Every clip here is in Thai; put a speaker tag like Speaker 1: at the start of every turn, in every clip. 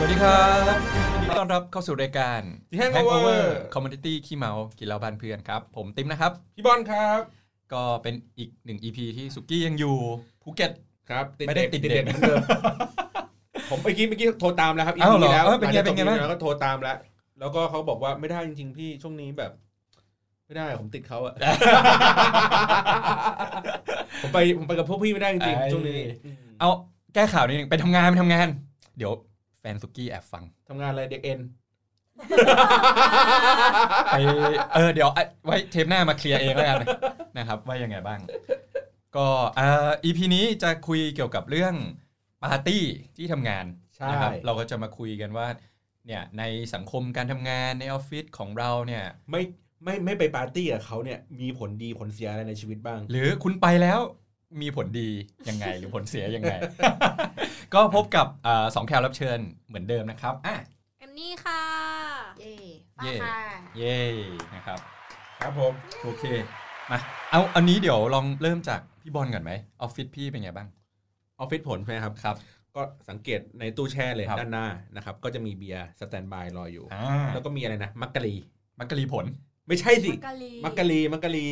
Speaker 1: วัสดีครับยินดีต้อนรับเข้าสู่รายการ
Speaker 2: The Hangover
Speaker 1: Hangover Community ขี้เมากินเหล้าบ้านเพื่อนครับ ผมติ๊มนะครับ
Speaker 2: พี่บอลครับ
Speaker 1: ก็เป็นอีกหนึ่ง EP ที่สุกี้ยังอยู่ภูเก็ต
Speaker 2: ครับ
Speaker 1: ไม่ได้ติดเด็ด
Speaker 2: เหมือนเดิม ผมเมื่อกี้เมื่อกี้โทรตามแล้วครับ EP
Speaker 1: อ้าวเหรอ
Speaker 2: แล้ว
Speaker 1: เออเป็นไง
Speaker 2: หลัจ
Speaker 1: เป็นไง
Speaker 2: จบ EP
Speaker 1: บ้าง
Speaker 2: แล้วก็โทรตามแล้ว แล้วก็เขาบอกว่าไม่ได้จริงๆพี่ช่วงนี้แบบ ไม่ได้ผมติด เขาอะ ผมไปผมไปกับพวกพี่ไม่ได้จริง
Speaker 1: ไอ้
Speaker 2: ๆช่วงนี้
Speaker 1: เอาแก้ข่าวนิดนึงไปทำงานไปทำงาน เดี๋ยวแฟนสุกี้แอบฟัง
Speaker 2: ทำงานอะไรเด็กเอ็ น
Speaker 1: ไปเออเดี๋ยวอ่ะไว้เทปหน้ามาเคลียร์เองแล้วกันนะครับว่ายังไงบ้าง ก็เอ่อ EP นี้จะคุยเกี่ยวกับเรื่องปาร์ตี้ที่ทำงาน
Speaker 2: ใช่
Speaker 1: นะครัเราก็จะมาคุยกันว่าเนี่ยในสังคมการทำงานในออฟฟิศของเราเนี่ย
Speaker 2: ไม่ไม่ไม่ไปปาร์ตี้กับเขาเนี่ยมีผลดีผลเสียอะไรในชีวิตบ้าง
Speaker 1: หรือคุณไปแล้วมีผลดียังไง หรือผลเสียยัง ไง ก็พบกับอ่าสองแขกรับเชิญเหมือนเดิมนะครับอ่ะ
Speaker 3: แอมนี่ค่ะ
Speaker 4: เย่
Speaker 1: เย่
Speaker 4: ป้าค่ะ
Speaker 1: เย้นะครับ
Speaker 2: ครับผม
Speaker 1: โอเคมาเอาอันนี้เดี๋ยวลองเริ่มจากพี่บอลก่อนไหมออฟฟิศพี่เป็นไงบ้าง
Speaker 2: ออฟฟิศผลใช่ไหมครับ
Speaker 1: ครับ
Speaker 2: ก็สังเกตในตู้แช่เลย
Speaker 1: ครับ
Speaker 2: ด้านหน้านะครับก็จะมีเบียร์สแตนบายรออยู่
Speaker 1: อ่า
Speaker 2: แล้วก็มีอะไรนะ มักกะลี
Speaker 1: มักกะลีผล
Speaker 2: ไม่ใช่สิ
Speaker 3: มักกะลี
Speaker 2: มักกะลีมักกะลี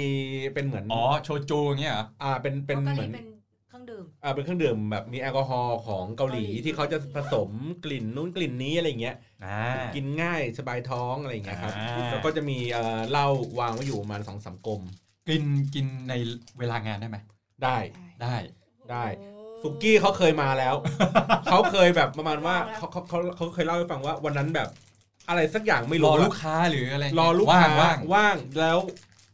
Speaker 2: เป็นเหมือน
Speaker 1: อ๋อโชจูอย่างเงี้ยเหรอ
Speaker 2: อ่าเป็นเป็น
Speaker 4: มักกะ
Speaker 2: เหมื
Speaker 4: ลีเป็
Speaker 2: อน
Speaker 4: นเครื่องดื่ม
Speaker 2: อ่าเป็นเครื่องดื่มแบบมีแอลกอฮอล์ของเกาหลี
Speaker 4: เกาหลี
Speaker 2: ที่เขาจะผสมกลิ่นนู้นกลิ่นนี้อะไรอย่างเงี้ย
Speaker 1: อ่า
Speaker 2: กินง่ายสบายท้องอะไรอย่างเงี้ยครับ
Speaker 1: อ่า
Speaker 2: แล้วก็จะมีเอ่อเหล้าวางไว้อยู่ประมาณสองสามกลม
Speaker 1: กินกินในเวลางานได้ไหม
Speaker 2: ได้
Speaker 1: ได้
Speaker 2: ได้
Speaker 3: โอ้
Speaker 2: สุกี้เขาเคยมาแล้ว เขาเคยแบบประมาณว่า
Speaker 4: แล้ว
Speaker 2: เขาเขาเขาเขาเคยเล่าให้ฟังว่าวันนั้นแบบ อะไรสักอย่างไม่
Speaker 1: รอ
Speaker 2: รู้
Speaker 1: ลูกค้าหรืออะไร
Speaker 2: รอลูกค้า
Speaker 1: ว่างๆ
Speaker 2: ว่างแล้ว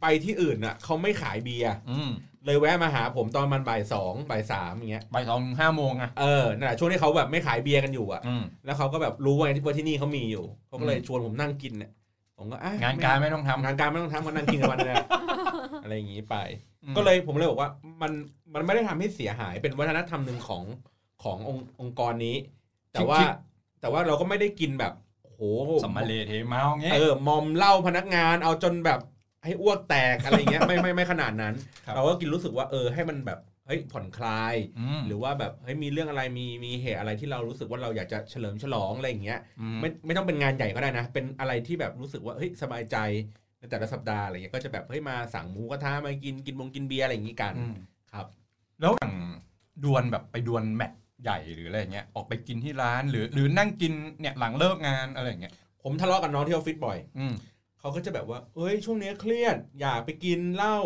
Speaker 2: ไปที่อื่นน่ะเขาไม่ขายเบียร์
Speaker 1: อืม
Speaker 2: เลยแวะมาหาผมตอนมันบ่ายสองบ่ายสามอย่างเงี้ย
Speaker 1: บ่ายสองถึงห้าโมงอะ
Speaker 2: เออนั่นแหละช่วงที่เขาแบบไม่ขายเบียร์กันอยู่อะ
Speaker 1: อืม
Speaker 2: แล้วเขาก็แบบรู้ว่าที่ว่าที่นี่เขามีอยู่เขาก็เลย
Speaker 1: อืม
Speaker 2: ชวนผมนั่งกินเนี่ยผมก็อ่ะ
Speaker 1: งานการไม่ต้องทำ
Speaker 2: งานการไม่ต้องทำก็นั่งกินกันวัน นึง อะไรอย่างงี้ไป
Speaker 1: อืม
Speaker 2: ก็เลยผมเลยบอกว่ามันมันไม่ได้ทำให้เสียหายเป็นวัฒนธรรมหนึ่งของขององค์องค์กรนี้ แต่ว่าแต่ว่าเราก็ไม่ได้กินแบบโอ้โห
Speaker 1: สัมมาเลเทเมาอย่างเงี้ย
Speaker 2: เออมอมเหล้าพนักงานเอาจนแบบให้อ้วกแตกอะไรอย่างเงี้ยไม่ไม่ไม่ขนาดนั้น
Speaker 1: ครับ
Speaker 2: เราก็กินรู้สึกว่าเออให้มันแบบเฮ้ยผ่อนคลาย
Speaker 1: ม
Speaker 2: หรือว่าแบบเฮ้ยมีเรื่องอะไรมีมีเหตุอะไรที่เรารู้สึกว่าเราอยากจะเฉลิมฉลองอะไรอย่างเงี้ย
Speaker 1: ม
Speaker 2: ไม่ไม่ต้องเป็นงานใหญ่ก็ได้นะ เป็นอะไรที่แบบรู้สึกว่าเฮ้ยสบายใจในแต่ละสัปดาห์อะไรเงี้ยก็จะแบบเฮ้ยมาสั่งหมูกระทะมากินกินบงกินเบียร์อะไรอย่างงี้กัน
Speaker 1: อืม
Speaker 2: ครับ
Speaker 1: แล้วอย่างดวลแบบไปดวลแมตช์ใหญ่หรืออะไรเงี้ยออกไปกินที่ร้านหรือหรือนั่งกินเนี่ยหลังเลิกงานอะไรอย่างเงี้ย
Speaker 2: ผมทะเลาะกับน้องที่ออฟฟิศบ่อย
Speaker 1: อืม
Speaker 2: เขาก็จะแบบว่าเอ้ยช่วงเนี้ยเครียด อยากไปกินเหล้า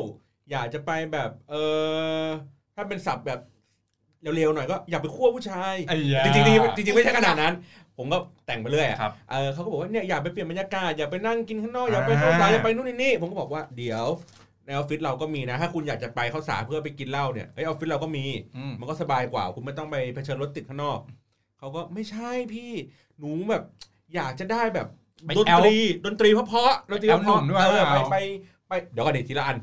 Speaker 2: อยากจะไปแบบเออถ้าเป็นศัพท์แบบเร็วๆหน่อยก็อยากไปคั่วผู้ชาย
Speaker 1: ไอ้ยา
Speaker 2: จริงๆจริงๆจริงๆไม่ใช่ขนาดนั้น ผมก็แต่งไปเรื่อยอะ
Speaker 1: ครับ
Speaker 2: เออเขาก็บอกว่าเนี่ยอยากไปเปลี่ยนบรรยากาศอยากไปนั่งกินข้างนอกอยากไป
Speaker 1: อ่า
Speaker 2: เข้าสารอยากไปนู่นนี่นี่ผมก็บอกว่าเดี๋ยวในออฟฟิศเราก็มีนะ ถ้าคุณอยากจะไปเข้าสารเพื่อไปกินเหล้าเนี่ยเฮ้ยออฟฟิศเราก็มี
Speaker 1: อืม
Speaker 2: มันก็สบายกว่า คุณไม่ต้องไปเผชิญรถติดข้างนอกเขาก็ไม่ใช่พี่หนูแบบ อยากจะได้แบบ
Speaker 1: ไป
Speaker 2: ดน
Speaker 1: แอล
Speaker 2: ตรีดนตรีเพราะๆดนตรีเพ
Speaker 1: แอลหนุ่
Speaker 2: ราะ
Speaker 1: ม
Speaker 2: ๆ
Speaker 1: ด้วย
Speaker 2: เออ
Speaker 1: เป
Speaker 2: ไป
Speaker 1: ล่า
Speaker 2: ไปไปเดี๋ยวก่อนเด็กทีละอัน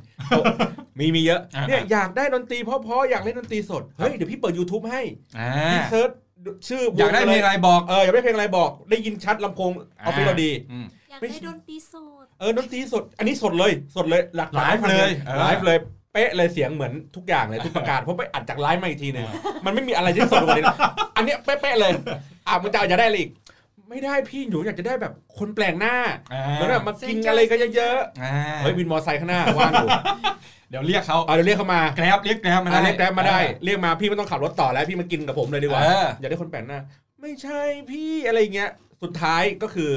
Speaker 2: มีมีเยอะ
Speaker 1: อ่า
Speaker 2: เนี่ยอยากได้ดนตรีเพราะๆอยากเล่นดนตรีสดเฮ้ยเดี๋ยวพี่เปิด YouTube ให้
Speaker 1: อ่า
Speaker 2: พี่เซิร์ชชื่อว
Speaker 1: อยากได้
Speaker 2: ะ
Speaker 1: เพล
Speaker 2: ร
Speaker 1: งอะไรบอก
Speaker 2: เอออย่าไปเพลงอะไรบอกได้ยินชัดลำโพงออฟฟิศเราดี
Speaker 1: อืม
Speaker 3: อยาก
Speaker 2: ไม่
Speaker 3: ได้ดนตรีสด
Speaker 2: เออดนตรีสด อันนี้สดเลยสดเลยหลักฐาน
Speaker 1: ไลฟ์เลย
Speaker 2: ทำ
Speaker 1: เออ
Speaker 2: ไลฟ์เลยเป๊ะเลยเสียงเหมือนทุกอย่างเลยทุกประการเพราะไปอัดจากไลฟ์มาอีกทีหนึง
Speaker 1: เออ
Speaker 2: มันไม่มีอะไรที่สดกว่านี้นะ อันเนี้ยเป๊ะๆเลยอ่ะมึงจะเอาอยากได้อะไรอีก ไม่ได้พี่หนูอยากจะได้แบบคนแปลกหน้า
Speaker 1: อ่า
Speaker 2: แล้วแบบมากินอะไรกันเยอะ
Speaker 1: อ่า
Speaker 2: ๆเฮ้ยวินมอไซค์ข้างหน้าว่างอยู่
Speaker 1: เดี๋ยวเรียกเขา
Speaker 2: เอาเดี๋ยวเรียกเขามา
Speaker 1: แกร็บเรียกแกร็บมา
Speaker 2: อ่ะ
Speaker 1: ได้
Speaker 2: เรียกแกร็บมาได้เรียกมาพี่ไม่ต้องขับรถต่อแล้วพี่มากินกับผมเลยดีกว่า
Speaker 1: เออ
Speaker 2: อยากได้คนแปลกหน้า ไม่ใช่พี่อะไรอย่างเงี้ยสุดท้ายก็คือ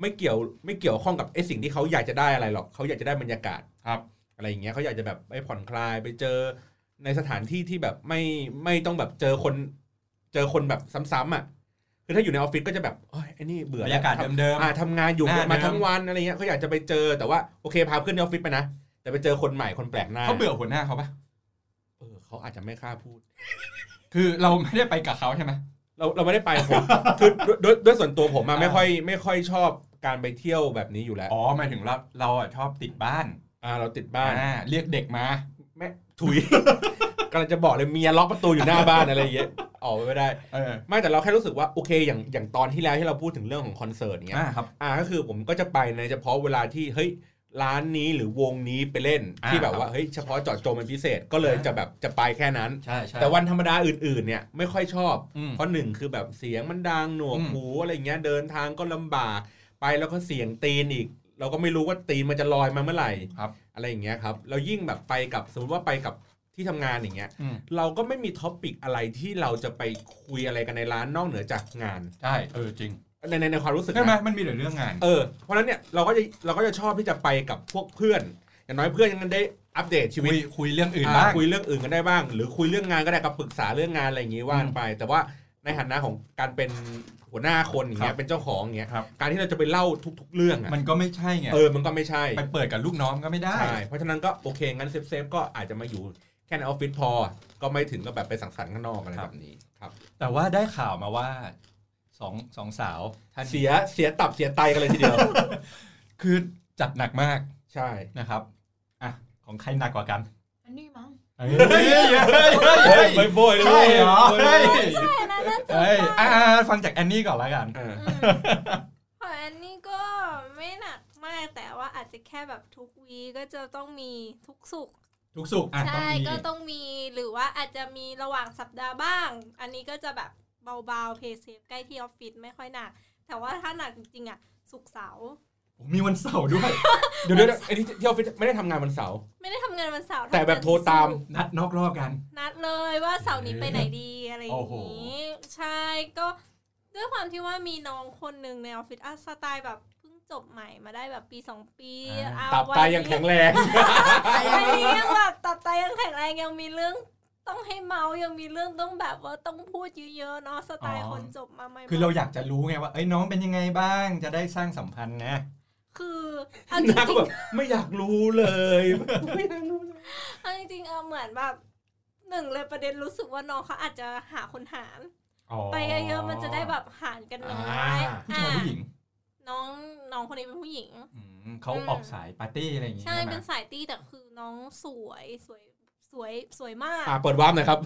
Speaker 2: ไม่เกี่ยวไม่เกี่ยวข้องกับไอ้สิ่งที่เขาอยากจะได้อะไรหรอกเขาอยากจะได้บรรยากาศ
Speaker 1: ครับ
Speaker 2: อะไรอย่างเงี้ยเขาอยากจะแบบไปผ่อนคลายไปเจอในสถานที่ที่แบบไม่ไม่ต้องแบบเจอคน เจอคนแบบซ้ำๆอ่ะคือถ้าอยู่ในออฟฟิศก็จะแบบโอ้ยไอ้นี่เบื่
Speaker 1: บ
Speaker 2: อ
Speaker 1: รร
Speaker 2: แล้
Speaker 1: ยาวกาศ
Speaker 2: ทำ
Speaker 1: เดิม
Speaker 2: อ่าทำงานอยู่
Speaker 1: หน้าเดิม
Speaker 2: มาทั้งวันอะไรเงี้ยเขาอยากจะไปเจอแต่ว่าโอเคพาเพื่อนในออฟฟิศไปนะแต่ไปเจอคนใหม่คนแปลกห
Speaker 1: ๆ
Speaker 2: น้า
Speaker 1: เขาเบื่อหัวหน้าเขาปะ
Speaker 2: เออเขาอาจจะไม่กล้าพูด
Speaker 1: คือเราไม่ได้ไปกับเขาใช่ไหม
Speaker 2: เราเราไม่ได้ไปผม คือด้วยด้วยด้วยส่วนตัวผมอะ
Speaker 1: อ่า
Speaker 2: ไม่ค่อยไม่ค่อยชอบการไปเที่ยวแบบนี้อยู่แล้ว
Speaker 1: อ๋อหมายถึงเราเราอ่ะชอบติดบ้าน
Speaker 2: อ่าเราติดบ้าน
Speaker 1: อ่าเรียกเด็กมา
Speaker 2: แม่ถุย กำลังจะบอกเลยเมียล็อกประตูอยู่หน้าบ้านอะไรอย่างเงี้ยออกไปไม่ได้
Speaker 1: เออ
Speaker 2: ไม่แต่เราแค่รู้สึกว่าโอเคอย่างอย่างตอนที่แล้วที่เราพูดถึงเรื่องของคอนเสิร์ตเนี้ย
Speaker 1: อ่าครับ
Speaker 2: อ่าก็คือผมก็จะไปในเฉพาะเวลาที่เฮ้ย ร้านนี้หรือวงนี้ไปเล่น
Speaker 1: อ่า
Speaker 2: ที่แบบ
Speaker 1: ครับ
Speaker 2: ว่าเฮ้ยเฉพาะเจาะจงเป็นพิเศษก็เลยจะแบบจะไปแค่นั้น
Speaker 1: ใช่ใช่
Speaker 2: แต่วันธรรมดาอื่นๆเนี่ยไม่ค่อยชอบ
Speaker 1: อืม
Speaker 2: เพราะหนึ่งคือแบบเสียงมันดังหนวก
Speaker 1: อืม
Speaker 2: หูอะไรอย่างเงี้ยเดินทางก็ลำบากไปแล้วก็เสียงตีนอีก เราก็ไม่รู้ว่าตีนมันจะลอยมาเมื่อไหร่
Speaker 1: ครับ
Speaker 2: อะไรอย่างเงี้ยครับเรายิ่งแบบไปกับสมมติว่าไปกับที่ทำงานอย่างเงี้ย
Speaker 1: อืม
Speaker 2: เราก็ไม่มีท็อปปิกอะไรที่เราจะไปคุยอะไรกันในร้านนอกเหนือจากงาน
Speaker 1: ใช่เออจริง
Speaker 2: ในในในความรู้สึกนะ
Speaker 1: ใช่ไหมมันมีแต่เรื่องงาน
Speaker 2: เออเพราะฉะนั้นเนี่ยเราก็จะเราก็จะชอบที่จะไปกับพวกเพื่อน อย่างน้อยเพื่อนยังได้อัปเดตชีวิ
Speaker 1: คุ
Speaker 2: ต
Speaker 1: ยคุยเรื่องอื่นบ้าง
Speaker 2: คุยเรื่องอื่นกันได้บ้าง หรือคุยเรื่องงานก็ได้กับปรึกษาเรื่องงานอะไรอย่างงี้ว่ากันไป แต่ว่าในฐานะของการเป็นหัวหน้าคนอย่าง
Speaker 1: ค
Speaker 2: เงี้
Speaker 1: รั
Speaker 2: ย
Speaker 1: บ
Speaker 2: เป็นเจ้าของอย่างเงี้ย
Speaker 1: ครับ
Speaker 2: การที่เราจะไปเล่าทุก ๆ เรื่องอะ
Speaker 1: มันก็ไม่ใช่ไง
Speaker 2: เออมันก็ไม่ใช่
Speaker 1: ไปเปิดกับลูกน้องก็ไม่ได้
Speaker 2: ใช่เพราะฉะนั้นก็โอเคงั้นเซฟเซฟๆก็อาจจะมาอยู่แค่ในออฟฟิศพอ ก็ไม่ถึงกับแบบไปสังสรรค์ข้างนอกอะไร
Speaker 1: ครับ
Speaker 2: แบบนี้ครับ
Speaker 1: แต่ว่าได้ข่าวมาว่าสองสองสาวท่านนี้
Speaker 2: เสียเสียตับเสียไตกันเลยทีเดียว
Speaker 1: คือจัดหนักมาก
Speaker 2: ใช่
Speaker 1: นะครับอ่ะของใครหนักกว่ากัน
Speaker 4: อันนี้มั้ง
Speaker 1: เฮ้ยเฮ้ยเฮ้ยเฮ้ย
Speaker 2: ไปโบยเลย
Speaker 1: ใช่เหรอ
Speaker 2: โบยเลย
Speaker 3: ใช่นะน่าจะ
Speaker 1: เฮ้ยอ่ะฟังจากแอนนี่ก่อนละกัน
Speaker 2: เออ
Speaker 3: อืมของอันนี้ก็ไม่หนักมากแต่ว่าอาจจะแค่แบบทุกวีก็จะต้องมีทุกสุข
Speaker 1: ทุกสุขอ่ะต้อง
Speaker 3: ใช่
Speaker 1: มี
Speaker 3: ก็ต้องมีหรือว่าอาจจะมีระหว่างสัปดาห์บ้าง อันนี้ก็จะแบบเบาๆเพย์เซฟใกล้ที่ออฟฟิศไม่ค่อยหนัก แต่ว่าถ้าหนักจริงๆอ่ะสุกร์เสาร์
Speaker 1: โอ้มีวันเสาร์ด้วย
Speaker 2: เดี๋ยวเดี๋ยวเดี๋ยวไอ้ที่ที่ออฟฟิศไม่ได้ทำงานวันเสาร์
Speaker 3: ไม่ได้ทำงานวันเสาร์
Speaker 2: แต่แบบโทรตาม
Speaker 1: นัดนอกรอบกัน
Speaker 3: นัดเลยว่าเสาร์นี้ไปไหนดีอะไรอย่างนี้ ใช่ก็ด้วยความที่ว่ามีน้องคนหนึ่งในออฟฟิศอ่ะสไตล์แบบเพิ่งจบใหม่มาได้แบบปีสองปี
Speaker 1: อ่า
Speaker 3: เอ
Speaker 2: ตับ
Speaker 3: วั
Speaker 2: ไตาน ยัง
Speaker 3: นี้
Speaker 2: แข็งแรง
Speaker 3: อันนี้ยังแบบตับไตยังแข็งแรงยังมีเรื่องต้องให้เมาส์ยังมีเรื่องต้องแบบว่าต้องพูดเยอะๆเนาะสไตล์คนจบมาใหม่ๆ
Speaker 1: คือเราอยากจะรู้ไงว่าเอ้ยน้องเป็นยังไงบ้างจะได้สร้างสัมพันธ์นะ
Speaker 3: คือเอาจ
Speaker 2: นาก็
Speaker 3: ริง
Speaker 2: แบบไม่อยากรู้เลยไม่อยากรู้เลย
Speaker 3: ๆเอาจริงๆเอาเหมือนแบบหนึ่งเลยประเด็นรู้สึกว่าน้องเขาอาจจะหาคนหารไปเยอะๆมันจะได้แบบหารกันน้อย
Speaker 2: อ่า
Speaker 1: ผู้ชายผู้หญิง
Speaker 3: น้องน้องคนนี้เป็นผู้หญิง
Speaker 1: อืมเขาออกสายปาร์ตี้อะไรอย่างงี้
Speaker 3: ใช่
Speaker 1: ใช่ไหม
Speaker 3: เป็นสายตี้แต่คือน้องสวยสวยสวยสวยมาก
Speaker 2: อ่าเปิดวาร์มหน่อยครับ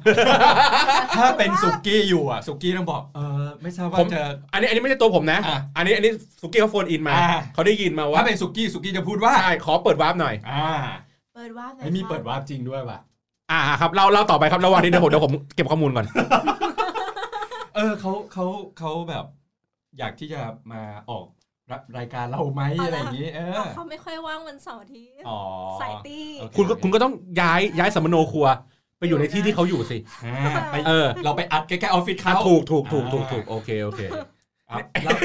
Speaker 1: ถ้าเป็นสุกี้อยู่อ่ะสุกี้ต้องบอกเออไม่ทราบว่า
Speaker 2: ผม
Speaker 1: จะ
Speaker 2: อันนี้อันนี้ไม่ใช่ตัวผมนะ
Speaker 1: อ่ะ
Speaker 2: อันนี้อันนี้สุกี้เขาโฟนอินมา
Speaker 1: อ่า
Speaker 2: เขาได้ยินมาว่า
Speaker 1: ถ้าเป็นสุกี้สุกี้จะพูดว่า
Speaker 2: ใช่ขอเปิดวาร์มหน่อย
Speaker 1: อ่า
Speaker 4: เปิดว่าร์ปหน่อย
Speaker 1: ไม่มี
Speaker 4: ครับ
Speaker 1: เปิดวาร์ปจริงด้วยป่ะ
Speaker 2: อ่าครับเราเราต่อไปครับระหว่างนี้เดี๋ยวผมเดี๋ยวผมเก็บข้อมูลก่อน
Speaker 1: เออเขาเขาเขาแบบ อยากที่จะมาออกรรายการเราไหม
Speaker 3: เอาละ
Speaker 1: อะไรอย่างงี้ เออ
Speaker 3: เขาไม่ค่อยว่างวันเสาร์อาที่
Speaker 1: อ๋อ
Speaker 3: สายตี้
Speaker 1: โอเ
Speaker 2: คุณก็คุณก็ต้องย้ายย้ายสมโนครัว ไปอยู่ในที่ที่เขาอยู่สิ
Speaker 1: อ่าไป
Speaker 2: เออ
Speaker 1: เราไปอัดใกล้ๆออฟฟิศ
Speaker 2: อ่ะ
Speaker 1: เขา
Speaker 2: ถูกถูกถูกถูกถูกโอเคโอเค
Speaker 1: อ่ะ แล้ว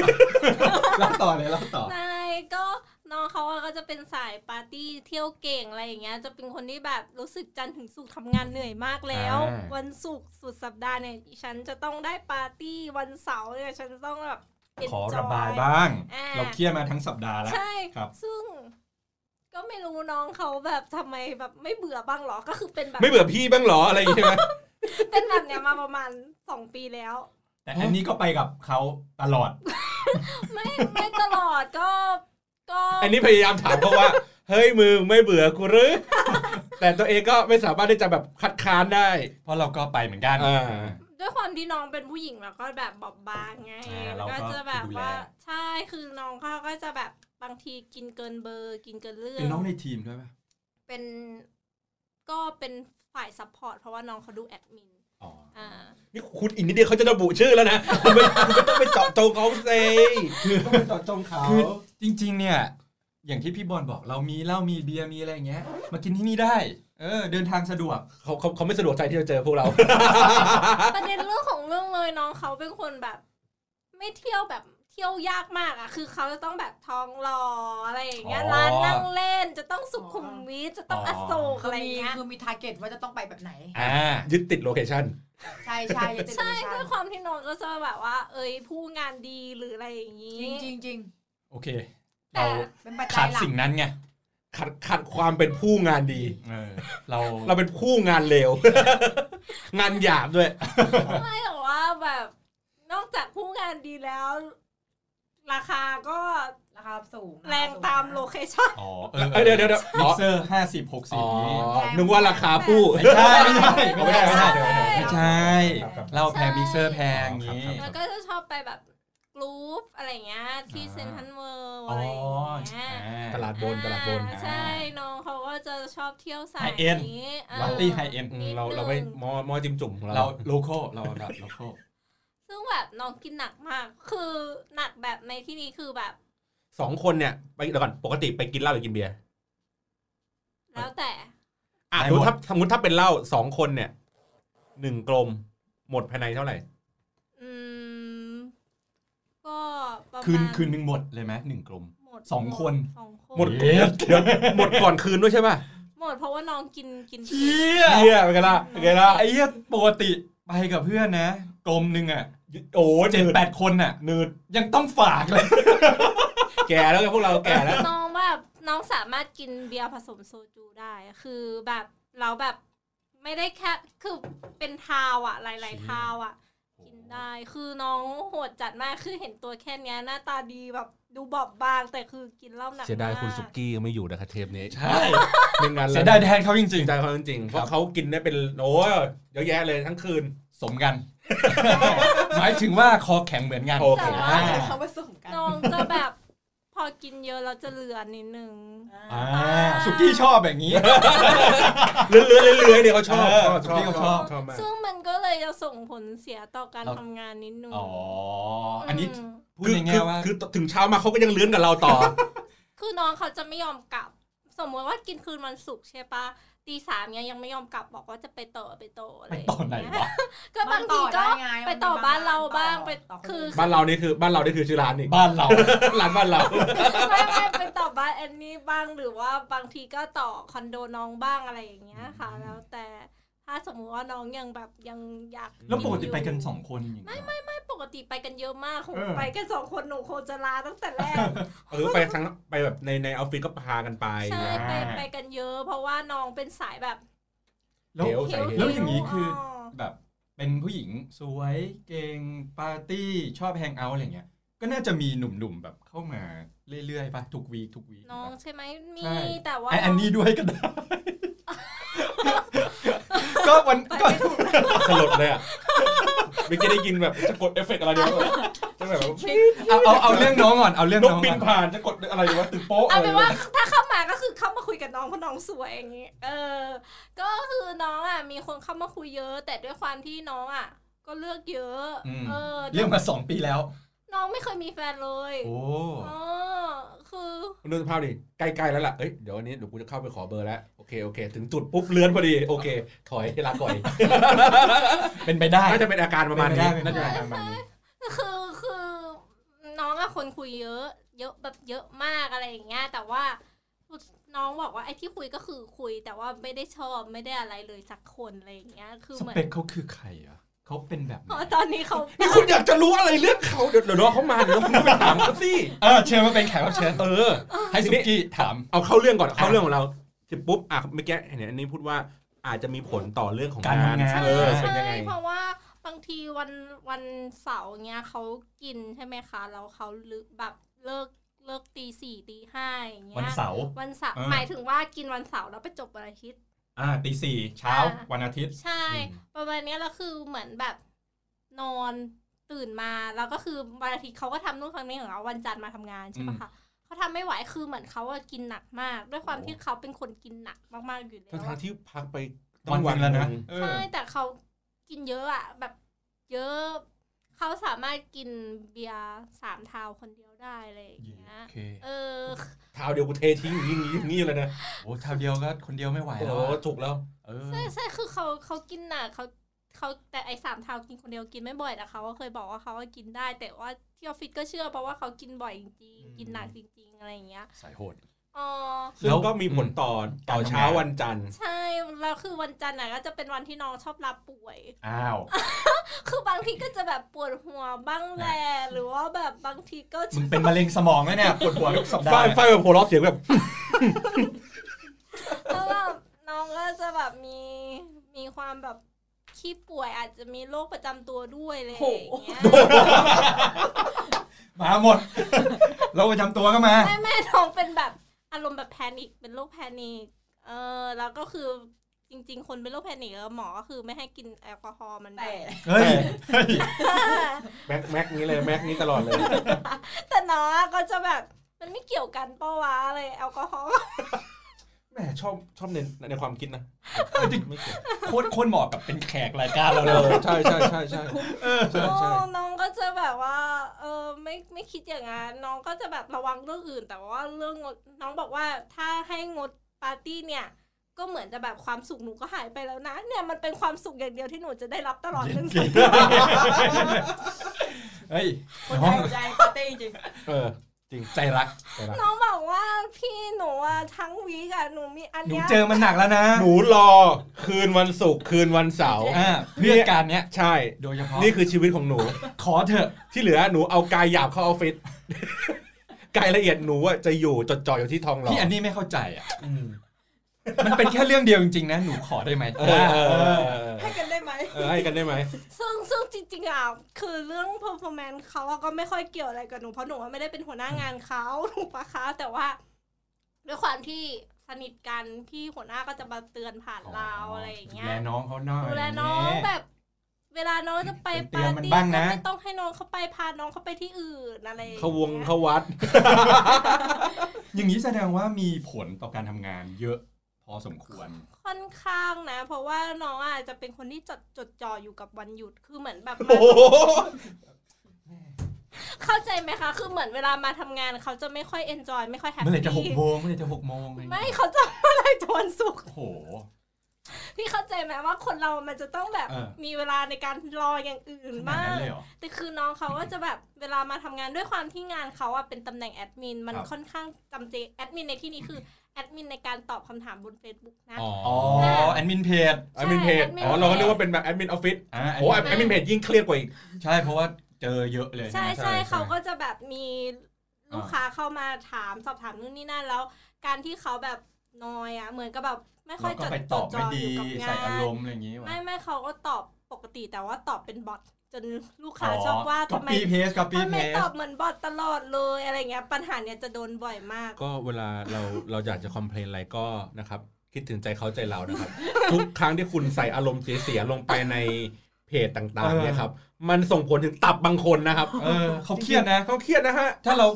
Speaker 1: แล้วต่อเลยแล้วต่อ
Speaker 3: ใช่ก็น้องเขาอะก็จะเป็นสายปาร์ตี้เที่ยวเก่งอะไรอย่างเงี้ย จะเป็นคนที่แบบรู้สึกจันทร์ถึงศุกร์ทำงานเหนื่อยมากแล้ว
Speaker 1: อ่า
Speaker 3: วันศุกร์สุดสัปดาห์เนี่ยฉันจะต้องได้ปาร์ตี้วันเสาร์เนี่ยฉันจะต้องแบบ enjoy
Speaker 1: ขอระบายบ้าง
Speaker 3: อ่า
Speaker 1: เราเครียดมาทั้งสัปดาห์แล้ว
Speaker 3: ใช่
Speaker 1: ครับ
Speaker 3: ซึ่ง ก็ไม่รู้น้องเขาแบบทำไมแบบไม่เบื่อบ้างหรอก็คือเป็นแบบ
Speaker 2: ไม่เบื่อพี่บ้างเหรออะไรอย่างงี้ใช่ไหม
Speaker 3: เป็นแบบเนี้ยมาประมาณสองปีแล้ว
Speaker 1: แต่อันนี้ก็ไปกับเขาตลอด
Speaker 3: ไม่ไม่ตลอดก็ก็
Speaker 2: อันนี้พยายามถามเพราะว่า เฮ้ยมึงไม่เบื่อกูหรือ แต่ตัวเองก็ไม่สามารถที่จะแบบคัดค้านได้
Speaker 1: เพราะเราก็ไปเหมือนกัน
Speaker 2: อ่า
Speaker 3: ด้วยความที่น้องเป็นผู้หญิงแล้วก็แบบบอบบางไง
Speaker 1: อ่า
Speaker 3: แล้ว
Speaker 1: เราก็
Speaker 3: ก็จะแบบ
Speaker 1: ดูแล
Speaker 3: ว่าใช่คือน้องเขาก็จะแบบบางทีกินเกินเบอร์ กินเกินเรื่อง
Speaker 1: เป็นน้องในทีมด้วยป่ะ
Speaker 3: เป็นก็เป็นฝ่ายซัพพอร์ตเพราะว่าน้องเขาดูแอดมิน
Speaker 1: อ๋อ
Speaker 3: อ่า
Speaker 2: นี่คุณอีกนิดเดียวเขาจะระบุชื่อแล้วนะคุณไม่คุณไม่ต้องไปเจาะจงเขาเซ
Speaker 1: ต้องไปต่อจงเขาคือจริง ๆ เนี่ย อย่างที่พี่บอลบอกเรามีเหล้ามีเบียร์มีอะไรอย่างเงี้ย มากินที่นี่ได้ เออ เดินทางสะดวก
Speaker 2: เขาเขาเขาไม่สะดวกใจที่จะเจอพวกเรา
Speaker 3: ประเด็นเรื่องของเรื่องเลยน้องเขาเป็นคนแบบ ไม่เที่ยวแบบเที่ยวยากมากอ่ะ คือเขาจะต้องแบบทองหล่ออะไรอย่างเงี้ย
Speaker 1: อ๋อ
Speaker 3: ร้านนั่งเล่นจะต้องสุขุมวิทจะต้อง
Speaker 1: อ๋
Speaker 3: อ
Speaker 1: ออ
Speaker 3: โศก
Speaker 4: คือ
Speaker 3: อะไรอ
Speaker 4: มี
Speaker 3: ย่างเงี้ย
Speaker 4: คือมีทาร์เก็ตว่าจะต้องไปแบบไหน
Speaker 1: อ่า
Speaker 2: ยึดติดโลเคชั่น
Speaker 4: ใช่ใช่อย่าติด
Speaker 3: ใช่
Speaker 4: โลชั่
Speaker 3: ด้วน ยความที่น้องก็จะแบบว่า เอ้ยผู้งานดีหรืออะไรอย่างนี้
Speaker 4: จริงจริงจริง
Speaker 1: โอเค
Speaker 3: แต่
Speaker 1: เรา
Speaker 4: เป็นปัจจั
Speaker 1: ขาด
Speaker 4: ยหลัก
Speaker 1: สิ่งนั้นไง
Speaker 2: ขัดขัดความเป็นผู้งานดี
Speaker 1: เออ เรา
Speaker 2: เราเป็นผู้งานเลว งานหยาบด้วย
Speaker 3: ไม่แต่ว่าแบบนอกจากผู้งานดีแล้ว ราคาก็
Speaker 4: ราคาสูงนะ
Speaker 3: แรงตามโลเคชั่น
Speaker 1: อ๋อ เอ
Speaker 2: เอ้ย
Speaker 1: อ
Speaker 2: เดี๋ยวเดี๋ยวเดี๋ยว
Speaker 1: มิ
Speaker 2: อ๋อก
Speaker 1: เซอร์ห้าสิบหกสิบ
Speaker 2: อ๋อ
Speaker 1: นี้
Speaker 2: นึกว่าราคาผู้
Speaker 1: ไม่ใช่ ไม่ใช่
Speaker 3: ไม่
Speaker 1: ไม่
Speaker 3: ใช่
Speaker 1: ใช่ไม่ใช่
Speaker 3: ไม่ใช่
Speaker 1: ไม่ใช่
Speaker 5: ครับ
Speaker 1: เราแพงมิกเซอร์แพงอย่างนี้
Speaker 5: ครับครับ
Speaker 3: แล้วก็จะชอบไปแบบ ลูฟอะไรเงี้ยที่
Speaker 1: อ่า
Speaker 3: เซนทรันเวิร์อะไรอย่างเงี้ย
Speaker 1: อ่า
Speaker 2: ตลาดบนตลาดบน
Speaker 3: อ่ใช่น้องเขาก็จะชอบเที่ยวสาย
Speaker 1: High end
Speaker 3: นี้เออ
Speaker 1: ปาร์ตี้ไฮเอ็น
Speaker 2: อืม
Speaker 3: นิด
Speaker 2: เรา
Speaker 3: นึง
Speaker 2: เราไม่มอมอจิมจุ่มของ
Speaker 1: เรา
Speaker 2: เรา
Speaker 1: โลโก้เราแบบโลโก้
Speaker 3: ซึ่งแบบน้องกินหนักมาก คือหนักแบบในที่นี้คือแบบ
Speaker 2: สองคนเนี่ยไปเดี๋ยวก่อนปกติไปกินเหล้าหรือกินเบียร์
Speaker 3: แล้วแต่
Speaker 2: อ่ะสมมติถ้าสมมติถ้าเป็นเหล้าสองคนเนี่ยหนึ่งกลมหมดภายในเท่าไหร่
Speaker 3: อืมก็ประมาณ
Speaker 1: คืนคืนหนึ่งหมดเลยไหมหนึ่งกลม
Speaker 3: หมด
Speaker 1: สองคน
Speaker 3: สองคน
Speaker 2: หมด หมดก่อนคืนด้วยใช่ป่ะ
Speaker 3: หมดเพราะว่าน้องกินกิน
Speaker 1: เชี่ย
Speaker 2: เฮียเป็นไงล่ะเป็นไงล่ะ
Speaker 1: ไอ้เหี้ยปกติไปกับเพื่อนนะ กลมหนึ่งอ่ะ
Speaker 2: โอ้
Speaker 1: เจ็
Speaker 2: เจ็
Speaker 1: ด
Speaker 2: ด
Speaker 1: แป
Speaker 2: แปด
Speaker 1: ดคนอ่ะ
Speaker 2: หนืด
Speaker 1: ยังต้องฝากเลย
Speaker 2: แก่แล้วไงพวกเราแก่แล้ว
Speaker 3: น้องแบบน้องสามารถกินเบียร์ผสมโซจูได้อะคือแบบเราแบบไม่ได้แค่คือเป็นทาวอะหลาย ๆ ทาวอะกินได้ คือน้องโหดจัดมากคือเห็นตัวแค่เนี้ยหน้าตาดีแบบดูบอบบาง แต่คือกินเหล้าหนัก
Speaker 2: เสียดายคุณ
Speaker 3: มาก
Speaker 2: สุกี้ไม่อยู่นะครับเทปนี้
Speaker 1: ใช่
Speaker 2: ไม่งั้น
Speaker 1: เสี
Speaker 2: แล้
Speaker 1: ยว ดายแทนเขาจริง
Speaker 2: เสียดายเขาจริงๆเพราะเขากินได้เป็นโอ้ยเยอะแยะเลยทั้งคืน
Speaker 1: ๆ สมกัน หมายถึงว่าคอแข็งเหมือนกัน
Speaker 2: โอเค
Speaker 4: แต่ว่าใช้คำว่าสุ่มกัน
Speaker 3: น้องจะแบบพอกินเยอะเราจะเหลือนิดนึง
Speaker 1: อ่า
Speaker 4: อ่า
Speaker 1: สุกี้ชอบอย่างนี้
Speaker 2: เลื้อยเลื้อยเลื้อยเนี่ยเขาชอบ
Speaker 1: เออ
Speaker 2: ชอ
Speaker 1: สุ
Speaker 2: บ
Speaker 1: กี้เขาช
Speaker 2: ช
Speaker 1: อ
Speaker 2: อบ บชอบมาก
Speaker 3: ซึ่งมันก็เลยจะส่งผลเสียต่อการ
Speaker 1: เรา
Speaker 3: ทำงานนิดนึง
Speaker 1: อ๋อ อันนี้
Speaker 3: ม
Speaker 1: พูดในแง่ว่า
Speaker 2: คือถึงเช้ามาเขาก็ยังเลื้อนกับเรา ต่อ
Speaker 3: คือน้องเขาจะไม่ยอมกลับ สมมติว่ากินคืนวันศุกร์ใช่ปะตีสามเนี่ยยังไม่ยอมกลับบอกว่าจะไปต่อไปต่ออะไร
Speaker 1: ไปตอนไหนวะ
Speaker 3: ก็บางทีก็
Speaker 4: มันด้ง
Speaker 3: ไปต่อบ้านเราบ้างไป
Speaker 4: ต่น
Speaker 3: คือ
Speaker 4: อื่น
Speaker 2: บ้านเรานี่คือบ้านเรานี่คือชื่อร้านนี่
Speaker 1: บ้านเรา
Speaker 2: ร้านบ้านเรา
Speaker 3: ไม่ไม่ไปต่อบ้านแอนนี่บ้างหรือว่าบางทีก็ต่อคอนโดน้องบ้างอะไรอย่างเงี้ยค่ะ แล้วแต่ถ้าสมมติว่าน้องยังแบบยังอยาก
Speaker 1: แล้วปกติ
Speaker 3: อยู่
Speaker 1: ไปกันสองคนอย่างเงี้ย
Speaker 3: ไม่ไม่ไม่ปกติไปกันเยอะมากคง
Speaker 1: เออ
Speaker 3: ไปกันสองคนหนูคงจะลาตั้งแต่แรก
Speaker 2: เออไปทั้งไปแบบในในออฟฟิศก็พากันไป
Speaker 3: ใช่ไป
Speaker 1: อ่า
Speaker 3: ไปกันเยอะ เพราะว่าน้องเป็นสายแบบ
Speaker 1: แล้ว
Speaker 2: เดี๋ยวใส่
Speaker 1: แล้
Speaker 2: เดี๋ยว ว
Speaker 1: อย่างงี้คือ
Speaker 3: อ
Speaker 1: แบบเป็นผู้หญิงสวย เก่งปาร์ตี้ชอบแฮงเอาท์อะไรเงี้ย ก็น่าจะมีหนุ่มๆแบบเข้ามาเรื่อยๆป่ะทุกวีคทุกวีค
Speaker 3: น้องใช่ไหมมี
Speaker 1: ใช่
Speaker 3: แต่ว่า
Speaker 1: ไอแอนนี่ด้วยก็ได้ ก็วัน
Speaker 3: ไป
Speaker 1: ก็
Speaker 3: ไม่ถูก
Speaker 2: สลดเลยอ่ะเมื่อกี้ได้ยินแบบจะกดเอฟเฟกต์อะไรเดียว จะแบบว่า
Speaker 1: เอาเอาเอาเรื่องน้องก่อนเอาเรื่อง
Speaker 2: นก
Speaker 1: น้อง
Speaker 2: บิ
Speaker 1: ก่
Speaker 2: น
Speaker 1: อน
Speaker 2: ผ่านจะกดอะไรวะตึกโป๊ะ
Speaker 3: เอา
Speaker 2: อะไร
Speaker 3: เป็น
Speaker 2: วะ
Speaker 3: ว่าถ้าเข้ามาก็คือเข้ามาคุยกับน้องเพราะน้องสวยอย่างงี้เออ ก็คือน้องอ่ะมีคนเข้ามาคุยเยอะ แต่ด้วยความที่น้องอ่ะ ก็เลือกเยอะ
Speaker 1: อืม
Speaker 3: เออ
Speaker 1: เรื่องมาสองปีแล้ว
Speaker 3: น้องไม่เคยมีแฟนเลย
Speaker 1: โอ้
Speaker 3: อ๋อคือ
Speaker 2: คุณดูสภาพดิใกล้ๆแล้วล่ะ เอ้ย เดี๋ยววันนี้เดี๋ยวกูจะเข้าไปขอเบอร์แล้ว โอเค โอเค ถึงจุดปุ๊บเลื้อนพอดี โอเค ถอยลาก่อย
Speaker 1: เป็นไปได้
Speaker 2: น่าจะเป็นอาการประมาณนี้
Speaker 1: เป็ไปได้เป็นไปได้ประมาณนี้
Speaker 3: คือคือน้องอะคนคุยเยอะ เยอะแบบเยอะมากอะไรอย่างเงี้ยแต่ว่าน้องบอกว่าไอ้ที่คุยก็คือคุย แต่ว่าไม่ได้ชอบไม่ได้อะไรเลยสักคนอะไรอย่างเงี้ย คือ
Speaker 1: ส
Speaker 3: เหมือน
Speaker 1: เปคเขาคือใครอ่ะเขาเป็นแบบไหน
Speaker 3: อ๋อตอนนี้เขา
Speaker 2: นี่คุณอยากจะรู้อะไรเรื่องเขาเดี๋ยวเดี๋ยวรอเขามา เดี๋ยวคุณก็ไปถามเขาสิ
Speaker 1: เออเชิญมาเป็นแขกรับเชิญ
Speaker 2: เออ
Speaker 1: ให้สุกี้ถาม
Speaker 2: เอาเข้าเรื่องก่อน เข้าเรื่องของเราเสร็จปุ๊บ อ่ะเมื่อกี้เห็นอันนี้พูดว่าอาจจะมีผลต่อเรื่องของ
Speaker 1: การทำงาน
Speaker 2: เออ เป็น
Speaker 3: ใช่
Speaker 2: ยังไง
Speaker 3: เพราะว่าบางทีวันวันเสาร์เงี้ยเขากินใช่ไหมคะแล้วเขาลึกแบบเลิกเลิกตีสี่ตีห้าอย่างเงี้ย
Speaker 1: วันเสาร์
Speaker 3: วันเสาร์
Speaker 1: อ่า
Speaker 3: หมายถึงว่ากินวันเสาร์แล้วไปจบวันอาทิตย์
Speaker 1: อ่าตีสี่เช้า
Speaker 3: อ่า
Speaker 1: วันอาทิตย์
Speaker 3: ใช่ ประมาณเนี้ยแล้วคือเหมือนแบบนอนตื่นมาแล้วก็คือวันอาทิตย์เขาก็ทำนู่นทำนี่ของเขาวันจันทร์มาทำงานใช่ปะคะเขาทำไม่ไหวคือเหมือนเขาอะกินหนักมาก ด้วยความ
Speaker 2: โอ้
Speaker 3: ที่เขาเป็นคนกินหนักมากๆอยู่แล้ว
Speaker 2: ทั้ง
Speaker 3: อะ
Speaker 2: ทางๆที่พักไป
Speaker 1: ตอนวันแล้วนะเออ
Speaker 3: ใช่แต่เขากินเยอะอะแบบเยอะ เขาสามารถกินเบียร์สามเทาวคนเดียวได้อะไรอย่างเงี้ย
Speaker 1: โอเค
Speaker 3: เออ
Speaker 2: เท้าเดียวกูเททิ้งอย่างนี้อย่างนี้เลยนะ
Speaker 1: โอ้ชาวเดียวก็คนเดียวไม่ไหว
Speaker 2: โอ้
Speaker 1: แล้ว
Speaker 2: โห
Speaker 1: อะ
Speaker 2: ถูกแล้ว
Speaker 1: เออ
Speaker 3: ใช่ใช่คือเขาเขากินหนักเขาเขาแต่ไอ้สามเทาวกินคนเดียวกินไม่บ่อยแต่เขาก็เคยบอกว่าเขาก็กินได้ แต่ว่าที่ออฟฟิศก็เชื่อเพราะว่าเขากินบ่อยจริงๆกินหนักจริง ๆ อะไรอย่างเงี้ย
Speaker 1: สายโหด
Speaker 3: อ๋อ
Speaker 2: ซึ่งก็มีผลต่อต่อเช้า
Speaker 1: การทำงาน
Speaker 2: วันจันทร์
Speaker 3: ใช่แล้วคือวันจันทร์น่ะก็จะเป็นวันที่น้องชอบรับป่วย
Speaker 1: อ้าว
Speaker 3: คือบางทีก็จะแบบปวดหัวบ้างแหละหรือว่าแบบบางทีก็
Speaker 1: มึงเป็นมะเร็งสมองแล้วเนี่ยปวดหัวทุกสัปดา
Speaker 2: ไฟ
Speaker 1: ห์
Speaker 2: ไฟแบบหัวเราะเสียงแบบ
Speaker 3: แล้วแบบน้องก็จะแบบมีมีความแบบขี้ป่วยอาจจะมีโรคประจำตัวด้วยอะไรอย่างเงี้ย
Speaker 1: มาหมด เราประจำตัวก็มา
Speaker 3: แม่แม่น้องเป็นแบบอารมณ์แบบแพนิคเป็นโรคแพนิคเออแล้วก็คือ จริง ๆ คนเป็นโรคแพนิคแล้วหมอก็คือไม่ให้กินแอลกอฮอล์มัน
Speaker 4: แต่
Speaker 3: แต่
Speaker 1: เฮ้ยเฮ้ย
Speaker 2: แม็กแม็กนี้เลยแม็กนี้ตลอดเลย
Speaker 3: แต่น้องอะก็จะแบบมันไม่เกี่ยวกันปะวะอะไรแอลกอฮอล์
Speaker 2: แหมชอบชอบในในความคิดนะไม่เกี่ยว
Speaker 1: โคตรโคตรเหมาะกับเป็นแขกรายการ เรา
Speaker 2: เอ
Speaker 1: เลย
Speaker 2: อใช่ใช่ใช่ใช่ใช่
Speaker 3: โอ้
Speaker 2: ใช่
Speaker 3: น้องก็จะแบบว่า เออไม่ไม่คิดอย่างนั้นน้องก็จะแบบระวังเรื่องอื่น แต่ว่าเรื่องงดน้องบอกว่าถ้าให้งดปาร์ตี้เนี่ย ก็เหมือนจะแบบความสุขหนูก็หายไปแล้วนะ เนี่ยมันเป็นความสุขอย่างเดียวที่หนูจะได้รับตลอดทั้งสัปดาห์
Speaker 1: เฮ้ย
Speaker 4: คน
Speaker 1: น้
Speaker 4: ใจ
Speaker 1: อง
Speaker 4: ใจปาร์ตี้จริง
Speaker 2: เออ
Speaker 1: ใจรัก
Speaker 2: ไปละ
Speaker 3: น้องบอกว่าพี่หนูอะทั้งวีกอะหนูมีอัน
Speaker 1: หนู
Speaker 3: เนี้ย
Speaker 1: เจอมันหนักแล้วนะ
Speaker 2: หนูรอคืนวันศุกร์คืนวันเสาร์
Speaker 1: อ่าเพื่อการเนี้ย
Speaker 2: ใช่
Speaker 1: โดยเฉพาะ
Speaker 2: นี่คือชีวิตของหนู
Speaker 1: ขอเถอะ
Speaker 2: ที่เหลือหนูเอากายหยาบเข้าออฟ ฟิศ กายละเอียดหนูอะจะอยู่จดจ่ออยู่ที่ทองหล่อ
Speaker 1: พี่อันนี้ไม่เข้าใจอ่ะ
Speaker 2: อืม
Speaker 1: มันเป็นแค่เรื่องเดียวจริงๆนะ หนูขอได้ไหม
Speaker 2: เออเออเออเออ
Speaker 4: ๆให้กันได้ไหม
Speaker 2: เออให้กันได้ไหม
Speaker 3: ซึ่งซึ่งจริงๆอะคือเรื่อง performance เขาอะก็ไม่ค่อยเกี่ยวอะไรกับหนูเพราะหนูอะไม่ได้เป็นหัวหน้างานเขาถูกปะคะแต่ว่าด้วยความที่สนิทกันพี่หัวหน้าก็จะมาเตือนผ่านเราอะไรอย่าง
Speaker 1: ดู
Speaker 3: เงี้ย
Speaker 1: แลน้องเขาหน่อย
Speaker 3: ดูแลน้องแบบ เวลาน้องจะไป
Speaker 1: เตือนๆ
Speaker 3: ปาร์
Speaker 1: มัน
Speaker 3: ตี้
Speaker 1: บ้างนะ
Speaker 3: ก็ไม่ต้องให้น้องเขาไปพาน้องเขาไปที่อื่นอะไรอย่ย
Speaker 2: เขาวงเขาวัด
Speaker 1: อย่างนี้แสดงว่ามีผลต่อการทำงานเยอะพอสมควร
Speaker 3: ค่อนข้างนะ เพราะว่าน้องอาจจะเป็นคนที่จดจดจ่ออยู่กับวันหยุดคือเหมือนแบบมา
Speaker 2: โอ้โห
Speaker 3: เข้าใจไหมคะ คือเหมือนเวลามาทำงานเขาจะไม่ค่อยเอนจอยไม่ค่อยแฮป
Speaker 1: เมื่อไหร่จะหก
Speaker 3: ปี้
Speaker 1: โมงเมื่อไหร่จะหกโมงอะรอย่าง
Speaker 3: ไม่
Speaker 1: เงี้ย
Speaker 3: เขาจะเมื่อไหรจะวันศุกร์
Speaker 1: โอ้โห
Speaker 3: พี่เข้าใจไหมว่าคนเรามันจะต้องแบบ
Speaker 1: เออ
Speaker 3: มีเวลาในการรออย่างอื่น
Speaker 1: ขนาด
Speaker 3: บ้า
Speaker 1: นั้
Speaker 3: ง
Speaker 1: นเลยเหรอ
Speaker 3: แต่คือน้องเขาก็จะแบบเวลามาทำงานด้วยความที่งานเขาอะเป็นตำแหน่งแอดมินมัน
Speaker 1: ครับ
Speaker 3: ค่อนข้างจำเจแอดมินในที่นี้คือแอดมินในการตอบคำถามบน Facebook นะ
Speaker 2: อ๋อ
Speaker 1: อ๋อแอดมินเพจ
Speaker 2: แอดมินเพจ
Speaker 3: ใช่แอดมิน
Speaker 2: อ๋อเราก็นึกว่าเป็นแบบแอดมินออฟฟิศ
Speaker 1: อ่า
Speaker 2: โอ้แอดมินเพจยิ่งเครียดกว่าอีก
Speaker 1: ใช่เพราะว่าเจอเยอะเลย
Speaker 3: ใช่
Speaker 1: ไหม
Speaker 3: ใช่
Speaker 2: ใช่
Speaker 3: เขาก็จะแบบมีลูกค้าเข้ามาถามสอบถามนู่นนี่นั่นแล้ว การที่เขาแบบนอยอะเหมือนกับแบบไม่ค่อย
Speaker 1: เรา
Speaker 3: จ
Speaker 1: ก็
Speaker 3: ด
Speaker 1: ไป
Speaker 3: จ
Speaker 1: ต
Speaker 3: ด
Speaker 1: อบ
Speaker 3: จ่
Speaker 1: ไม่
Speaker 3: ออ
Speaker 1: ดี
Speaker 3: ยู่กับงา
Speaker 1: ใส่อาน รมณ์อะไรอย่างงี้วะ
Speaker 3: ไม่ไม่เขาก็ตอบปกติแต่ว่าตอบเป็นบอทจนลูกค้าชอบว่า
Speaker 1: ก็
Speaker 3: ทำไม
Speaker 1: ปีเพสก็ปี
Speaker 3: ทำ
Speaker 1: เพ
Speaker 3: ไม
Speaker 1: ส
Speaker 3: ตอบเหมือนบอทตลอดเลยอะไรเงี้ยปัญหาเนี้ยจะโดนบ่อยมาก
Speaker 2: ก็เวลาเราเราอยากจะคอมเพลนอะไรก็นะครับคิดถึงใจเขาใจเรานะครับ ทุกครั้งที่คุณใส่อารมณ์เสียๆลงไปในเพจต่างๆเนี่ยครับ มันส่งผลถึงตับบางคนนะครับ
Speaker 1: เออเขาเครียดนะ
Speaker 2: เขาเครียดนะฮะ
Speaker 1: ถ้าเรา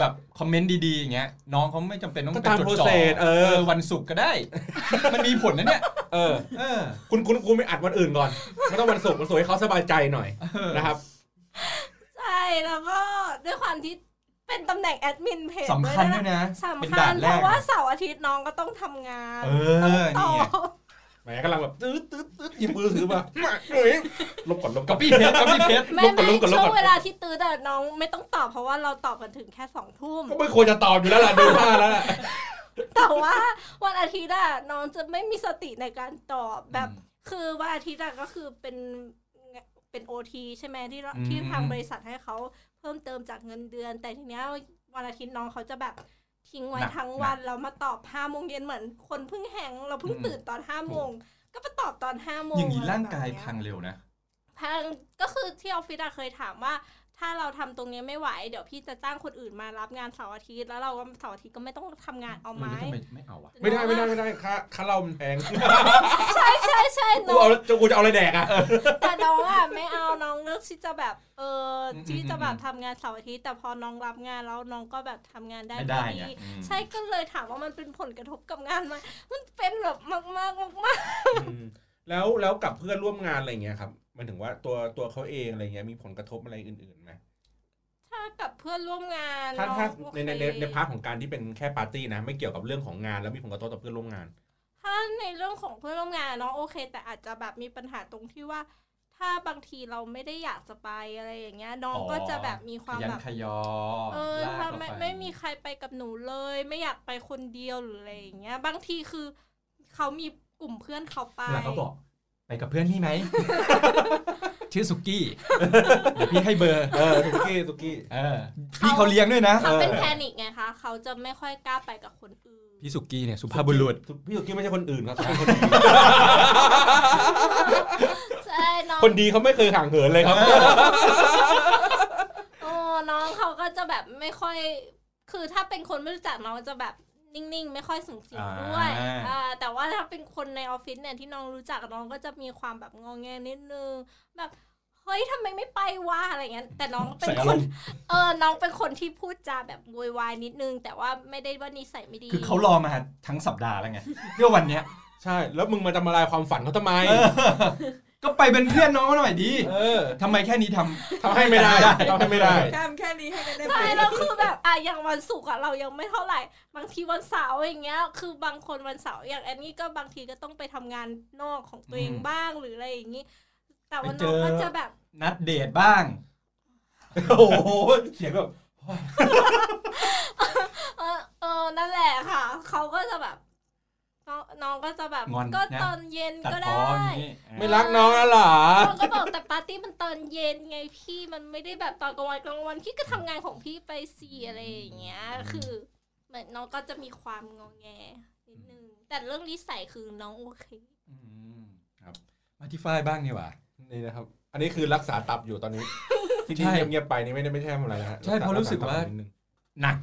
Speaker 1: แบบคอมเมนต์ดีๆอย่างเงี้ยน้องเขาไม่จำเป็นต้อง
Speaker 2: ก็
Speaker 1: ไป
Speaker 2: ตาม
Speaker 1: จด
Speaker 2: โปร
Speaker 1: จ่อ
Speaker 2: เซสเออ
Speaker 1: วันศุกร์ก็ได้ มันมีผลนะเนี่ย
Speaker 2: เออ
Speaker 1: เออ
Speaker 2: คุณคุณคุณไม่อัดวันอื่นก่อนไม่ต้องวันศุกร์วันศุกร์ให้เขาสบายใจหน่อย
Speaker 1: เออ
Speaker 2: นะครับ
Speaker 3: ใช่แล้วก็ด้วยความที่เป็นตำแหน่งแอดมินเพจ
Speaker 1: สำคัญด้วยนะ
Speaker 3: สำ
Speaker 1: เป็น
Speaker 3: คั
Speaker 1: ด่า
Speaker 3: ญ
Speaker 1: นแร
Speaker 3: เพ
Speaker 1: ก
Speaker 3: ราะว่าเสาร์อาทิตย์น้องก็ต้องทำงาน
Speaker 1: เอ
Speaker 3: ต้อง
Speaker 1: อนี่ไง
Speaker 3: ตอบ
Speaker 2: แหมกำลังแบบตื้อตื้อตื้อหยิบมือถือมาเอ้ยลบก่อนลบก่
Speaker 1: ก็
Speaker 2: อน
Speaker 1: ปีเพสก็ปีเพส
Speaker 3: ไม่
Speaker 2: ลบก่อน
Speaker 3: ไม่
Speaker 2: ลบก่อนลบ
Speaker 3: ช่
Speaker 2: ก่
Speaker 3: ว
Speaker 2: อน
Speaker 3: งเวลาที่ตื้อแต่น้องไม่ต้องตอบเพราะว่าเราตอบกันถึงแค่สองทุ่ม
Speaker 2: ก็ไม่ควรจะตอบอยู่แล้วล่ะดูท่าแล้วล่ะ
Speaker 3: แต่ว่าวันอาทิตย์อะน้องจะไม่มีสติในการตอบแบบ คือวันอาทิตย์อะก็คือเป็นเป็นโอทีใช่ไหมที่เรา
Speaker 1: อืม
Speaker 3: ที่ทางบริษัทให้เขาเพิ่มเติมจากเงินเดือน แต่ทีเนี้ยวันอาทิตย์น้องเขาจะแบบทิ้งไว้ทั้งวันแล้วมาตอบห้าโมงเย็นเหมือน คนเพิ่งแหงเราเพิ่งตื่นตอนห้าโมงก็มาตอบตอนห้าโมง
Speaker 1: อย่างนี้ร่างกาย
Speaker 3: อะไรแบบเนี้
Speaker 1: พังเร็วนะ
Speaker 3: พังก็คือที่ออฟฟิศอะเคยถามว่า ถ้าเราทำตรงเนี้ยไม่ไหว เดี๋ยวพี่จะจ้างคนอื่นมารับงานเสาร์อาทิตย์แล้วเราก็เสาร์อาทิตย์ก็ไม่ต้องทำงานเอาไหม
Speaker 1: เออแล้วทำไมไม่เอาอะ
Speaker 2: ไม่ได้ไม่ได้ไม่ได้ค่าค่าเรามันแพง
Speaker 3: ใช่ใช่ใช่
Speaker 2: กู
Speaker 3: น้อง
Speaker 2: เอาจะกูจะเอาอะไรแดกอ่ะ
Speaker 3: แต่น้องอ่ะไม่เอาน้องเลือกที่จะแบบเออที่จะแบบทำงานเสาร์อาทิตย์แต่พอน้องรับงานแล้วน้องก็แบบทำงานได้
Speaker 1: ไม่ได้
Speaker 3: พอ
Speaker 1: ไงอืม
Speaker 3: ใช่ก็เลยถามว่ามันเป็นผลกระทบกับงานไหมมันเป็นแบบมากมากมากมาก
Speaker 2: อืมแล้วแล้วกับเพื่อนร่วมงานอะไรเงี้ยครับหมันถึงว่าตัวตัวเขาเองอะไรเงี้ยมีผลกระทบอะไรอื่นๆไหม
Speaker 3: ๆถ้ากับเพื่อนร่วมงาน
Speaker 2: ถ้า
Speaker 3: น้อง
Speaker 2: ถ้า
Speaker 3: โอเค
Speaker 2: ในในในในพาร์ทของการที่เป็นแค่ปาร์ตี้นะ ไม่เกี่ยวกับเรื่องของงานแล้วมีผลกระทบต่อเพื่อนร่วมงาน
Speaker 3: ถ้าในเรื่องของเพื่อนร่วมงานน้องโอเค แต่อาจจะแบบมีปัญหาตรงที่ว่า ถ้าบางทีเราไม่ได้อยากจะไปอะไรอย่างเงี้ยน้องก็จะแบบมีค
Speaker 1: ข
Speaker 3: วาม
Speaker 1: ยัน
Speaker 3: แบบ
Speaker 1: ขยอ
Speaker 3: เออ
Speaker 1: ลากเข้า
Speaker 3: ทำไม
Speaker 1: ป
Speaker 3: ไม่มีใครไปกับหนูเลย ไม่อยากไปคนเดียวหรืออะไรอย่างเงี้ย บางทีคือเขามีกลุ่มเพื่อนเขาไป
Speaker 1: หลังก็บอกไปกับเพื่อน พี่ไหม ชื่อสุกี้ เดี๋ยวพี่ให้เบอร์
Speaker 2: เออสุกี้สุกี้
Speaker 1: เออพี่เขาเลี้ยงด้วยนะ
Speaker 3: เขาเป็น
Speaker 1: ออ
Speaker 3: แพนิคไงคะ เขาจะไม่ค่อยกล้าไปกับคนอื่น
Speaker 1: พี่สุกี้เนี่ยสุภาพบุรุษ
Speaker 2: พี่สุกี้ไม่ใช่คนอื่นครับ
Speaker 3: ใช่น้อง
Speaker 2: คนดีเขาไม่เคยห่างเหินเลยครับ
Speaker 3: โอ้น้องเขาก็จะแบบไม่ค่อย คือถ้าเป็นคนไม่รู้จักน้องจะแบบ นิ่งๆ ไม่ค่อยสูงสิง
Speaker 1: อ่า
Speaker 3: ด้วยอ่าแต่ว่าถ้าเป็นคนในออฟฟิศเนี่ยที่น้องรู้จักน้องก็จะมีความแบบงองแงนิดนึงแบบเฮ้ยทำไมไม่ไปวะอะไรเงี้ยแต่น้องเป็
Speaker 1: ใส่
Speaker 3: น
Speaker 1: อา
Speaker 3: ค
Speaker 1: ร
Speaker 3: น
Speaker 1: มณ์
Speaker 3: เออน้องเป็นคนที่พูดจาแบบโวยวายนิดนึง แต่ว่าไม่ได้ว่านิสัยไม่ดี
Speaker 1: คือเขารอมาทั้งสัปดาห์แล้วไงเรื่องวันเนี้ย
Speaker 2: ใช่ แล้วมึงมาทำลายความฝันเขาทำไม
Speaker 1: เออก็ไปเป็นเพื่อนน้องหน่อยดี
Speaker 2: เออ
Speaker 1: ทำไมแค่นี้ทำ
Speaker 2: ทำให้ไม่ได้ทำให้ไม่ได้
Speaker 4: ทำแค่นี้ให้กันได้ไหม
Speaker 3: ใช่แล้วคือแบบอ่ะอย่างวันศุกร์อะเรายังไม่เท่าไหร่ บางทีวันเสาร์อย่างเงี้ย คือบางคนวันเสาร์อย่างแอนนี่ก็บางทีก็ต้องไปทำงานนอกของตัวเอง
Speaker 1: อืม
Speaker 3: บ้างหรืออะไรอย่างงี้ แต่ว่า
Speaker 1: ไปเจ
Speaker 3: น้อง
Speaker 1: อ
Speaker 3: ก็จะแบบ
Speaker 1: นัดเดทบ้าง
Speaker 2: โอ้โหเสียงแบบ
Speaker 3: เออเออนั่นแหละค่ะเขาก็จะแบบน้องน้องก็จะแบบ
Speaker 1: งอน
Speaker 3: ก็
Speaker 1: นะ
Speaker 3: ตอนเย็น
Speaker 1: ตัด
Speaker 3: ก็
Speaker 1: พอ
Speaker 3: ได้
Speaker 1: อย่างนี้เอ
Speaker 2: ไม่
Speaker 1: อ
Speaker 2: รักน้องแล้วเหรอ
Speaker 3: น้องก็บอกแต่ปาร์ตี้มันตอนเย็นไงพี่มันไม่ได้แบบตอนกลางวันกลางวันพี่ก็ทำงานของพี่ไปสิอะไรอย่างเงี้ย คือเหมือนน้องก็จะมีความงองแงนิดนึงแต่เรื่องนิสัยคือน้องโอเค
Speaker 1: อืมครับมาที่ฝ้ายบ้างดีกว่า
Speaker 2: นี่นะครับ อันนี้คือรักษาตับอยู่ตอนนี้ ที่
Speaker 1: ใช่
Speaker 2: เงียบๆไปนี่ไม่ได้ไม่ใช่ทำอะไรนะฮะ
Speaker 1: ใช่เพราะรู้สึกว่า
Speaker 2: นิดนึง
Speaker 1: หนัก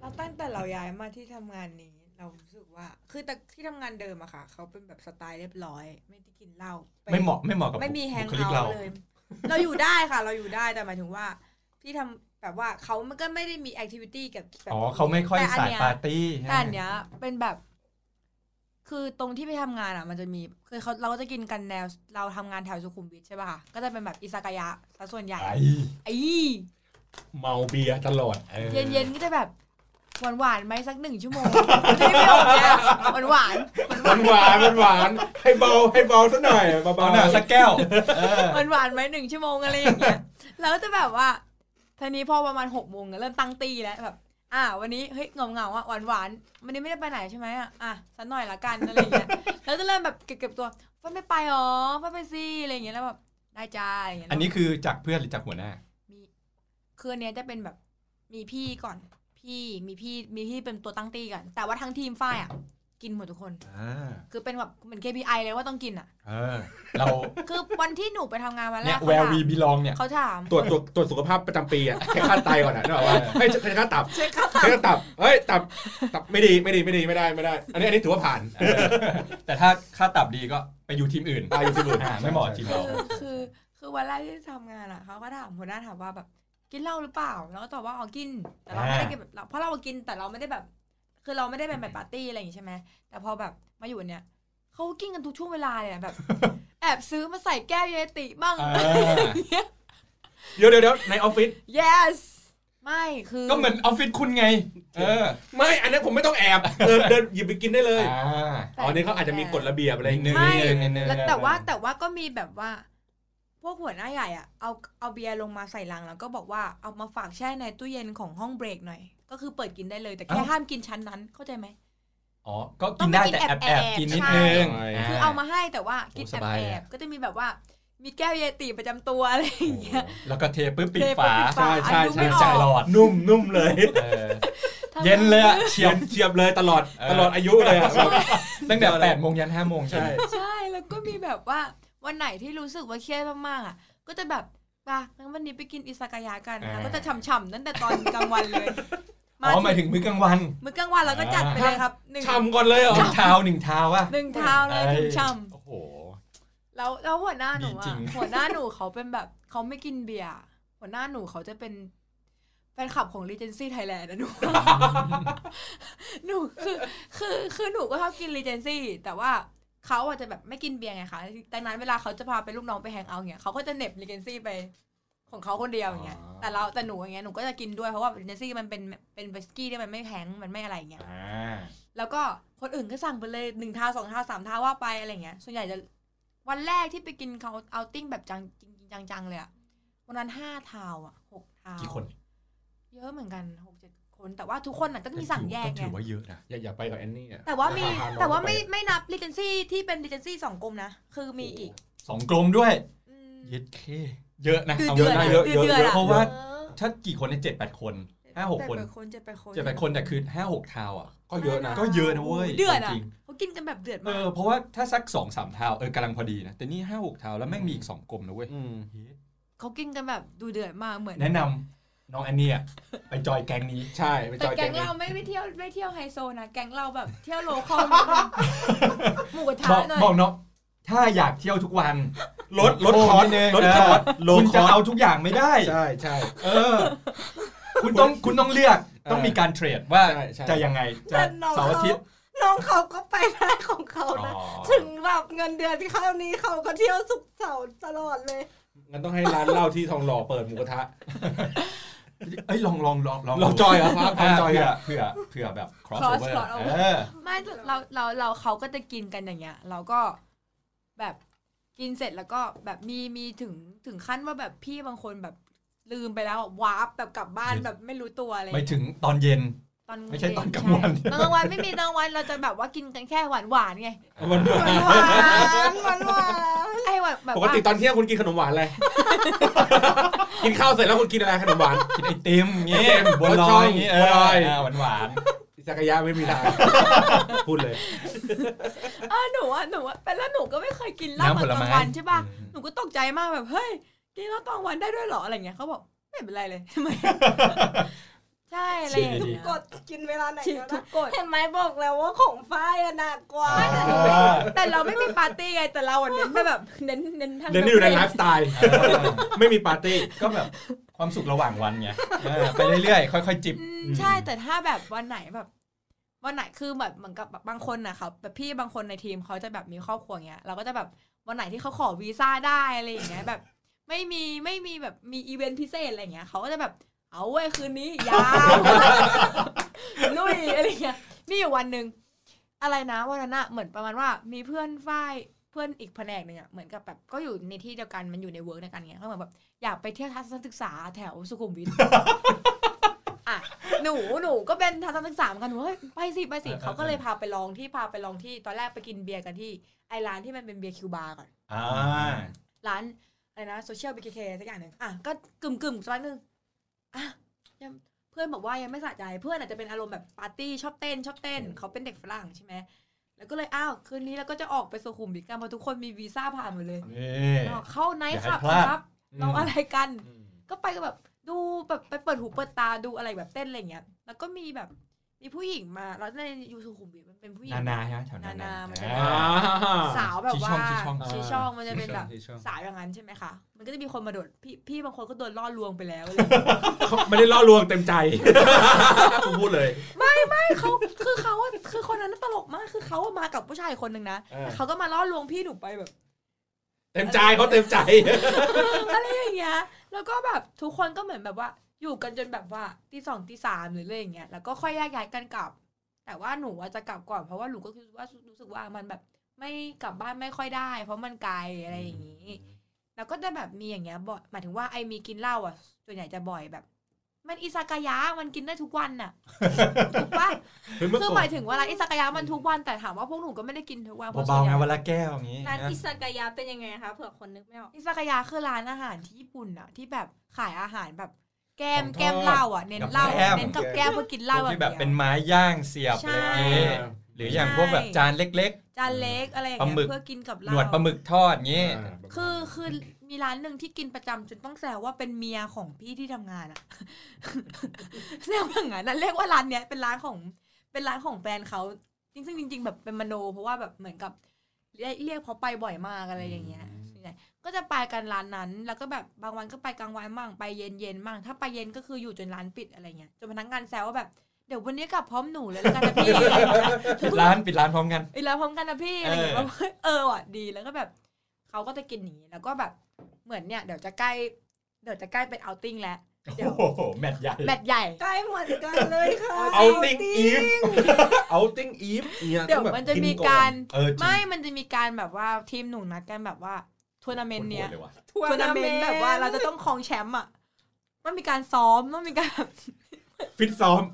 Speaker 5: เราตั้งแต่เราย้ายมาที่ทำงานนี้ เรารู้สึกว่า คือแต่ที่ทำงานเดิมอะค่ะ เขาเป็นแบบสไตล์เรียบร้อย ไม่ได้กินเหล้าป
Speaker 1: ไม่เหมาะไม่เหมาะกับ
Speaker 5: ไม่มีแฮง
Speaker 1: บุคลิก
Speaker 5: เอา
Speaker 1: เรา
Speaker 5: ท์เลย เราอยู่ได้ค่ะ เราอยู่ได้แต่หมายถึงว่า ที่ทำแบบว่าเขามันก็ไม่ได้มีแอคทิวิตี้กับแบบ
Speaker 1: อ๋อเขาไม่ค่อย
Speaker 5: แต่น
Speaker 1: สาย
Speaker 5: เนี้
Speaker 1: ปาร์ตี้ใช่ไหม
Speaker 5: แต่อันเนี้ยเป็นแบบ คือตรงที่ไปทำงานอะมันจะมีคือเขาเราก็จะกินกันแนว เราทำงานแถวสุขุมวิทใช่ป่ะคะก็จะเป็นแบบอิซากายะซะส่วนใหญ่
Speaker 1: ไอ้
Speaker 5: ไอ้
Speaker 2: เมาเบียร์ตลอดออ
Speaker 5: เย็นๆ ก็จะแบบหวานหวานๆไหมสักหนึ่งชั่วโมง ได้ไม่ออกเนี่ยหวานหวาน
Speaker 2: มันหวานมันหวานให้เบาให้เบาซะหน่อยเบา
Speaker 1: เอา
Speaker 2: ๆ
Speaker 1: หน่าสักแก้วเออ
Speaker 5: หวานหวานๆไหมหนึ่งชั่วโมงอะไรอย่างเงี้ยแล้วก็จะแบบว่าทีนี้พอประมาณหกโมงเนี่ยเริ่มตั้งตีแล้วแบบ อ่ะวันนี้เฮ้ยเงาเงาๆอ่ะหวานหวานๆวันนี้ไม่ได้ไปไหนใช่ไหมอ่ะอ่ะสักหน่อยละกันอะไรอย่างเงี้ยแล้วจะเริ่มแบบเก็บๆตัวฟ้าไม่ไปหรอฟ้าไปสิอะไรอย่างเงี้ยแล้วแบบได้จ้าอะไรอย่างเงี้ย
Speaker 1: อันนี้คือจากเพื่อนหรือจากหัวหน้า
Speaker 5: มีคืออันเนี้ยจะเป็นแบบมีพี่ก่อนพี่มีพี่มีพี่เป็นตัวตั้งตีก่อนแต่ว่าทั้งทีมฝ้ายอ่ะกินหมดทุกคน
Speaker 1: อ่า
Speaker 5: คือเป็นแบบเหมือน KPI เลยว่าต้องกินอ่ะ
Speaker 1: เออ เรา
Speaker 5: คือวันที่หนูไปทำงานวันแร
Speaker 1: เนี่
Speaker 5: ก
Speaker 1: ย
Speaker 5: เขา
Speaker 1: แว
Speaker 5: ถา
Speaker 1: ร์
Speaker 5: ม
Speaker 1: วีบีลองเนี่ย
Speaker 5: เขาถาม
Speaker 2: ตรวจตรวจตรวจสุขภาพประจำปีอะเช็คค่าไตก่อนอะนึกออกปะเฮ้ยเช็คค่าตับ
Speaker 5: เช็คครับ
Speaker 2: เช็คค่าตับเฮ้ยตับตับไม่ดีไม่ดีไม่ดีไม่ได้ไม่ได้ อันนี้อันนี้ถือว่าผ่าน
Speaker 1: เออแต่ถ้าค่าตับดีก็ไปอยู่ทีมอื่น
Speaker 2: ตายอยู่ที่บุญ
Speaker 1: อ่าไม่เหมาะจริง
Speaker 5: คือคือคือวันแรกที่ทำงานอ่ะเขาก็ถามหัวหน้าถามว่าแบบกินเหล้าหรือเปล่า แล้วก็ตอบว่าอ๋อกิน แต่เราไม่ได้กินแบบเราเพราะเรากินแต่เราไม่ได้แบบ คือเราไม่ได้เป็นแบบปาร์ตี้อะไรอย่างงี้ใช่ไหมแต่พอแบบมาอยู่เนี่ยเขากินกันทุกช่วงเวลาเลยอะ แบบ แอบซื้อมาใส่แก้วเยติบ้าง
Speaker 1: เออ
Speaker 2: เดี๋ยวเดี๋ยวเดี๋ยวในออฟฟิศ
Speaker 5: yes ไม่คือ
Speaker 1: ก็เหมือนออฟฟิศคุณไง เออ
Speaker 2: ไม่อันนั้นผมไม่ต้องแอบเดินเดินหยิบไปกินได้เลย
Speaker 1: อ่า
Speaker 2: อ๋อนี่เขาอาจจะมีกฎระเบียบอะไรอย่าง
Speaker 1: หนึ่
Speaker 2: เงี้
Speaker 1: ง
Speaker 2: ย
Speaker 5: ไม่
Speaker 1: นิดนึงนิดนึง
Speaker 5: แล้วแต่ว่าแต่ว่าก็มีแบบว่า พวกหัวหน้าใหญ่อะเอาเอาเบียร์ลงมาใส่ลังแล้วก็บอกว่าเอามาฝากแช่ในตู้เย็นของห้องเบรกหน่อย ก็คือเปิดกินได้เลยแต่แค่
Speaker 1: เอ้า
Speaker 5: ห้ามกินชั้นนั้นเข้าใจไหม
Speaker 1: อ๋อ ก็กินได้แต่แอบแอบๆกินนิดนึง
Speaker 2: ใช่
Speaker 5: คือเอามาให้แต่ว่ากิน
Speaker 1: โอ้
Speaker 5: แอบบ
Speaker 1: สาย
Speaker 5: แอ
Speaker 1: เลย
Speaker 5: บ
Speaker 1: อะ
Speaker 5: ก็จะมีแบบว่า มีแก้วเยติประจำตัวอะไรอย่างเงี้ย
Speaker 1: แล้วก็เทปุ๊บปิด
Speaker 5: เท
Speaker 1: ฝา
Speaker 2: ใช่ใช่
Speaker 5: อันดูไม่
Speaker 2: ใช่
Speaker 5: อ
Speaker 1: ใจหล
Speaker 5: อก
Speaker 1: อด
Speaker 2: นุ่มนุ่มเลย
Speaker 1: เออ
Speaker 5: ทำ
Speaker 1: เย็นเลยอะเฉี
Speaker 2: เฉี
Speaker 1: ย
Speaker 2: ย
Speaker 1: บบ
Speaker 2: เฉียบเลยตลอดตลอดอายุเลยอะ
Speaker 1: ตั้งแต่8ปดโมงยันห้าโมงใช่
Speaker 2: ใช่
Speaker 1: ไหม
Speaker 5: ใช่แล้วก็มีแบบว่าวันไหนที่รู้สึกว่าเครียดมากๆอ่ะ ก็จะแบบปะงั้นวันนี้ไปกินอิซากายะกันแล้วก็จะฉ่ำๆตั้งแต่ตอนกลางวันเลย
Speaker 1: อ๋อหมายถึงมื้อกลางวัน
Speaker 5: มื้อกลางวันเราก็จัดไปเลยครับหนึ่ง
Speaker 2: ช่ำก่อนเลยเหรอ
Speaker 1: หนึ่งเท้าหนึ่งเท้าว่ะ
Speaker 5: หนึ่งเท้าเลยถึงช่
Speaker 1: โอ้โห
Speaker 5: ำแล้วแล้วหัวหน้าหนู
Speaker 1: ดีจริ
Speaker 5: อ่
Speaker 1: ง
Speaker 5: ะหัวหน้าหนูเขาเป็นแบบเขาไม่กินเบียร์หัวหน้าหนูเขาจะเป็นแฟนคลับของ Regency Thailand นะหนู หนูคือคือคือหนูก็ชอบกิน Regency แต่ว่าเขาอาจจะแบบไม่กินเบียร์ไงคะดังนั้นเวลาเขาจะพาไปลูกน้องไปแฮงเอาท์เนี่ยเขาก็จะเหน็บ Regency ไปของเขาคนเดียวอย่างเงี้ยแต่เราแต่หนูอย่างเงี้ยหนูก็จะกินด้วยเพราะว่า Regency มันเป็นเป็นวิสกี้ที่มันไม่แพงมันไม่อะไรอย่างเงี้ย
Speaker 1: อ่า
Speaker 5: แล้วก็คนอื่นก็สั่งไปเลยหนึ่งทาสองทาสามทาว่าไปอะไรเงี้ย ส่วนใหญ่จะวันแรกที่ไปกินเขาเอาติ้งแบบจังจริงๆจังๆเลยอะวันนั้นห้าทาวอะหกทาว
Speaker 1: กี่คน
Speaker 5: เยอะเหมือนกันหกเจ็ดคนแต่ว่าทุกคนน่ะก็มีสั่งแยก
Speaker 1: ก็
Speaker 5: ไง
Speaker 1: ถือว่าเยอะนะ
Speaker 2: อย่าอย่าไปกับแอนนี่อะ
Speaker 5: แต่ว่ามี
Speaker 2: พน้อง
Speaker 5: แต่ว่า
Speaker 2: ป
Speaker 5: ไม่ไม่นับรีเจนซี่ที่เป็นรีเจนซี่สองกลมนะ คือมีอีก
Speaker 1: สองกลมด้วย
Speaker 5: อืม
Speaker 1: เย็ดเคเยอะนะ
Speaker 5: คือ
Speaker 1: เอา
Speaker 5: เดื
Speaker 1: เย
Speaker 5: อ
Speaker 1: อะ
Speaker 5: น
Speaker 1: นะ
Speaker 5: อะ
Speaker 1: เยอะ
Speaker 5: คือ
Speaker 1: เยอะ
Speaker 5: เดือนอะ
Speaker 1: เยอะเพราะว่า
Speaker 3: เออ
Speaker 1: ถ้ากี่คนในเจ็ดแปดคนห้าหกคน
Speaker 5: เจ็ดแปดคนเจ็ด
Speaker 1: เจ็ด
Speaker 5: แปดคน
Speaker 1: แปดคนแต่คือห้าหกเท้าอ่ะ
Speaker 2: ก็เยอะนะ
Speaker 1: ก็เยอะนะเว้ย
Speaker 5: เดือดอะ
Speaker 1: จริง
Speaker 5: เขากินกันแบบเดือด
Speaker 1: เอ
Speaker 5: มาก
Speaker 1: อเพราะว่าถ้าสักสองสามเท้าเออกำลังพอดีนะ แต่นี่ห้าหกเท้าแล้วแม่งมีอีกสองกลมนะเว้ย
Speaker 2: อืม
Speaker 5: เขากินกันแบบดูเดือดมากเหมือน
Speaker 1: แนะนำ น้องอันเนี่ยไปจอยแก๊งนี้
Speaker 2: ใช่ไปจ
Speaker 5: แต่
Speaker 2: อย
Speaker 5: แก๊
Speaker 2: แก๊ง
Speaker 5: งเรา
Speaker 2: นี้
Speaker 5: ไม่ไปเที่ยวไม่เที่ยวไฮโซนะ แก๊งเราแบบเที่ยวโลคอลนิดนึงหมูกระทะ
Speaker 1: บอก
Speaker 5: หน่อย
Speaker 1: บอกเนาะถ้าอยากเที่ยวทุกวัน
Speaker 2: ลดลดคอร์ส
Speaker 1: เอง
Speaker 2: ลด
Speaker 1: เอ
Speaker 2: คอ
Speaker 1: อ
Speaker 2: ร์สโล
Speaker 1: คุณ
Speaker 2: ค
Speaker 1: จะ
Speaker 2: อร์
Speaker 1: เอา
Speaker 2: ส
Speaker 1: ทุกอย่างไม่ได้
Speaker 2: ใช่ใช่
Speaker 1: เออ คุณต้องคุณต้องเลือก
Speaker 2: เออ
Speaker 1: ต้องมีการเทรดว่า
Speaker 2: ใช่ใช่
Speaker 1: จะยังไงจะ
Speaker 3: แต่น้อง
Speaker 1: เสาร์อาทิตย์
Speaker 3: เขาน้องเขาก็ไปได้ของเขานะ ถึงแบบเงินเดือนที่เข้านี้เขาก็เที่ยวสุกร์เสาร์ตลอดเลย
Speaker 2: งั้นต้องให้ร้านเหล้าที่ทองหล่อเปิดหมูกระทะ
Speaker 1: เอ้ยลองลองลองลอง
Speaker 2: เราจอยเหรอครับ
Speaker 1: อ่า
Speaker 2: จอย
Speaker 1: เผื่
Speaker 2: กั
Speaker 1: อน เผื่อเผื่อแบบ cross
Speaker 5: cross
Speaker 1: over
Speaker 5: cross over
Speaker 1: เออ
Speaker 5: ไม่เราเราเราเขาก็จะกินกันอย่างเงี้ย เราก็แบบกินเสร็จแล้วก็แบบมีมีถึงถึงขั้นว่าแบบพี่บางคนแบบลืมไปแล้ววาร์ปแบบกลับบ้าน
Speaker 1: เย็น
Speaker 5: แบบไม่รู้ตัวอะไร
Speaker 1: ไปถึงตอนเย็น
Speaker 5: ตอนเย็
Speaker 1: ไม่ใช่ตอนกลางวัน
Speaker 5: ใช่ตอนกลางวันไม่มีตอนกลางวันเราจะแบบว่ากินกันแค่หวานหวานๆไง
Speaker 2: มัน
Speaker 5: หวานหวานหวานหวานไอ้หวานแบบ
Speaker 2: ปก
Speaker 5: ว่า
Speaker 2: ติตอนเที่ยงคุณกินขนมหวานอะไร กินข้าวเสร็จแล้วคุณกินอะไรขนมหวาน
Speaker 1: กินไอติมเงี้ยบนล
Speaker 2: บัวล
Speaker 1: อ
Speaker 2: อย ย
Speaker 1: เงี้ย
Speaker 2: บัวลอย
Speaker 1: หวานหวาน
Speaker 2: อิซากายะไม่มีทาง พูดเลย
Speaker 5: เออหนูอ่ะหนูอะแล้วหนูก็ไม่เคยกินเหล้าตอนกลางวันใช่ป่ะหนูก็ตกใจมากแบบเฮ้ยกินเหล้าตอนกลางวันได้ด้วยเหรออะไรเงี้ยเขาบอกไม่เป็นไรเลย ทำไมใช่อะไรอย่างเงี
Speaker 3: ทุ
Speaker 5: ้ย
Speaker 3: กกดกินเวลาไหน
Speaker 5: ฉีก
Speaker 3: ก็
Speaker 5: ทุ
Speaker 3: ได้
Speaker 5: กกฎ
Speaker 3: เห็นไหมบอกแล้วว่าของฝ้ายอะหนักกว่า
Speaker 1: ๆเออ
Speaker 5: แต่เราไม่มีปาร์ตี้ไงแต่เราอะเน้นไปแบบเน้นเน้นทาง
Speaker 2: เดี๋ยวนี้อยู่ในไล
Speaker 5: ร้าน
Speaker 2: ฟ์สไตล์
Speaker 1: เออ
Speaker 2: ไม่มีปาร์ตี้
Speaker 1: ก็แบบความสุขระหว่างวันไงเออไปเรื่อยๆ ค่อยๆจิบ
Speaker 5: ใช่แต่ถ้าแบบวันไหนแบบ วันไหนคือแบบเหมือนกับแบบบางคนนะครับแบบพี่บางคนในทีมเขาจะแบบมีครอบครัวเงี้ยเราก็จะแบบวันไหนที่เขาขอวีซ่าได้อะไรอย่างเงี้ยแบบ ไม่มีไม่มีแบบมีอีเวนต์พิเศษอะไรเงี้ยเขาก็จะแบบเอาเว้ยคืนนี้ยาว ลุยอะไรเงี้ยมีอยู่วันหนึ่งอะไรนะวันนั้นอะเหมือนประมาณว่ามีเพื่อนฝ้ายเพื่อนอีกแผนกหนึ่งอะเหมือนกับแบบก็อยู่ในที่เดียวกันมันอยู่ในเวิร์กเดียวกันเงี้ยเขาเหมือนแบบอยากไปเที่ยวทัศนศึกษาแถวสุขุมวิท อ่ะหนูหนูก็เป็นทัศนศึกษาเหมือนกันหนูเฮ้ยไปสิไปสิ
Speaker 1: เออเออ
Speaker 5: เขาก็เลยพาไปลองที่พาไปลองที่ตอนแรกไปกินเบียร์กันที่ไอร้านที่มันเป็นเบียร์คิวบาร์ก่อน
Speaker 1: อ่า
Speaker 5: ร้านอะไรนะโซเชียลบีเคสักอย่างหนึ่งอ่ะก็กึ่มกึ่มๆสักหนึ่งอ่ะยังเพื่อนบอกว่ายังไม่สะใจเพื่อนอาจจะเป็นอารมณ์แบบปาร์ตี้ชอบเต้นชอบเต้น เขาเป็นเด็กฝรั่งใช่ไหมแล้วก็เลยอ้าวคืนนี้เราก็จะออกไปสุขุมวิทกันเพราะทุกคนมีวีซ่าผ่านหมดเลย
Speaker 1: นี่
Speaker 5: เราเข้าไนท์คลับ
Speaker 1: อย่าให้พลาด
Speaker 5: ครับเราอะไรกัน ก็ไปก็แบบดูแบบไปเปิดหูเปิดตาดูอะไรแบบเต้นอะไรอย่างเงี้ย แล้วก็มีแบบมีผู้หญิงมาแล้วในยูสุขุมวิทมันเป็นผู้หญิง
Speaker 1: นานาใช่ไหมแถวนา
Speaker 5: นา
Speaker 1: นา
Speaker 5: นามันจะ
Speaker 1: อ่า
Speaker 5: สาวแบบว่า
Speaker 1: ชี้ช่อง
Speaker 5: ชี้ช่องมันจะเป็นแบบ
Speaker 2: ชี้ช่อง
Speaker 5: สาวอย่างนั้นใช่ไหมคะมันก็จะมีคนมาโดดพี่พี่บางคนก็โดนล่อลวงไปแล้วอะไร
Speaker 2: ไม่ได้ล่อลวงเต็มใจ กูพูดเลย
Speaker 5: ใช่ เขาคือเขาอะคือคนนั้นน่ะตลกมากคือเขาอะมากับผู้ชายคนหนึ่งนะ
Speaker 2: เออ
Speaker 5: แต่เขาก็มาล่อลวงพี่หนูไปแบบ
Speaker 2: เต็มใจเขาเต็มใจ
Speaker 5: อะไรอย่างเงี้ย แล้วก็แบบทุกคนก็เหมือนแบบว่า อยู่กันจนแบบว่าตีสองตีสามหรืออะไรอย่างเงี้ย แล้วก็ค่อยแยกย้ายกันกลับ แต่ว่าหนูอาจจะกลับก่อนเพราะว่าหนูก็คิดว่ารู้สึกว่ามันแบบไม่กลับบ้านไม่ค่อยได้ เพราะมันไกลอะไรอย่างงี้ แล้วก็จะแบบมีอย่างเงี้ยบ่อยหมายถึงว่าไอมีกินเหล้าอ่ะส่วนใหญ่จะบ่อยแบบ มันอิซากายะมันกินได้ทุกวัน น่ะ ถูกปะ
Speaker 2: เฮ้ยเมื่อ
Speaker 5: คือ
Speaker 2: ก่
Speaker 5: ห
Speaker 2: อ
Speaker 5: มาน ยถึงว่าร้านอิซากายะมันทุกวันแต่ถามว่าพวกหนูก็ไม่ได้กินทุกวันเพราะส่ว
Speaker 1: เบานๆ
Speaker 5: ให
Speaker 1: ไง
Speaker 5: ญ่
Speaker 1: วันละแก้วอย่างงี้
Speaker 3: ร้าน
Speaker 1: นะ
Speaker 3: อิซากายะเป็นยังไงคะเผื่อคนนึกไม่ออก
Speaker 5: อิซากายะคือร้านอาหารที่ญี่ปุ่นน่ะ ที่แบบขายอาหารแบบแกมแกมเหล้าอ่ะเน้นเหล้าเน้นกับแกมเพื่อกินเหล้า
Speaker 1: พวก
Speaker 5: อ่ะ
Speaker 1: ที่แบบเป็นไม้ย่างเสียบ
Speaker 5: ใช่
Speaker 1: อะไรอย่างงี้หรืออย่างพวกแบบจานเล็ก
Speaker 5: จานเล็กอะไรอย่าง
Speaker 1: ปลา
Speaker 5: เงี้
Speaker 1: หมึ
Speaker 5: ย
Speaker 1: ก
Speaker 5: เพื่อกินกับ
Speaker 1: ๆ
Speaker 5: เห
Speaker 1: ห
Speaker 5: ล้าน
Speaker 1: วดปลาหมึกทอดอย่าง
Speaker 2: เอ
Speaker 1: งี้
Speaker 2: อ
Speaker 5: คือคือมีร้านหนึ่งที่กินประจำจนต้องแซวว่าเป็นเมียของพี่ที่ทำงานอ่ะ แซวอย่างนั้นนะเรียกว่าร้านเนี้ยเป็นร้านของเป็นร้านของแฟนเขาจริงซึ่งจริง ๆ แบบเป็นมโน เพราะว่าแบบเหมือนกับเรียกเรียกเขาไปบ่อยมากอะไรอย่างเงี้ยส่วนใหญ่ก็จะไปกันร้านนั้น แล้วก็แบบบางวันก็ไปกลางวันบ้างไปเย็นเย็นๆบ้างถ้าไปเย็นก็คืออยู่จนร้านปิดอะไรเงี้ยจนพนักงานแซวว่าแบบเดี๋ยววันนี้กลับพร้อมหนูเลยแล้วกันนะพี่
Speaker 1: ปิดร้านปิดร้านพร้อมกัน
Speaker 5: อีกแล้วพร้อมกันนะพี่อะไรอย่าง
Speaker 1: เอ
Speaker 5: เงี้ย
Speaker 1: อ
Speaker 5: แบบเฮ้ย เออว่ะดีแล้วก็แบบเขาก็จะกินอย่างนี้แล้วก็แบบเหมือนเนี่ยเดี๋ยวจะใกล้เดี๋ยวจะใกล้เป็นเอาติ้งแล้วเดี๋ยว
Speaker 1: โอ้โหแมตช์ใหญ่
Speaker 5: แมตช์ใหญ่
Speaker 3: ใกล้เหมือนกันเลยค่ะ
Speaker 2: เอาติ้งอีฟ เอาติ้งอีฟนี่
Speaker 5: เดี๋ยว
Speaker 2: ต้องแบบ
Speaker 5: มันจะ
Speaker 2: กิ
Speaker 5: มี
Speaker 2: อน
Speaker 5: การ
Speaker 1: เออจริง
Speaker 5: ไม่มันจะมีการแบบว่าทีมหนูนัดกันแบบว่าทัวร์นาเมนต์เนี้ย
Speaker 1: โคตรลว่ะ
Speaker 5: ทัวร์นาเมนต์แบบว่าเราจะต้องครองแชมป์อ่ะมันมีการซ้อมมันมีการแบบ
Speaker 2: ฟิตซ้อม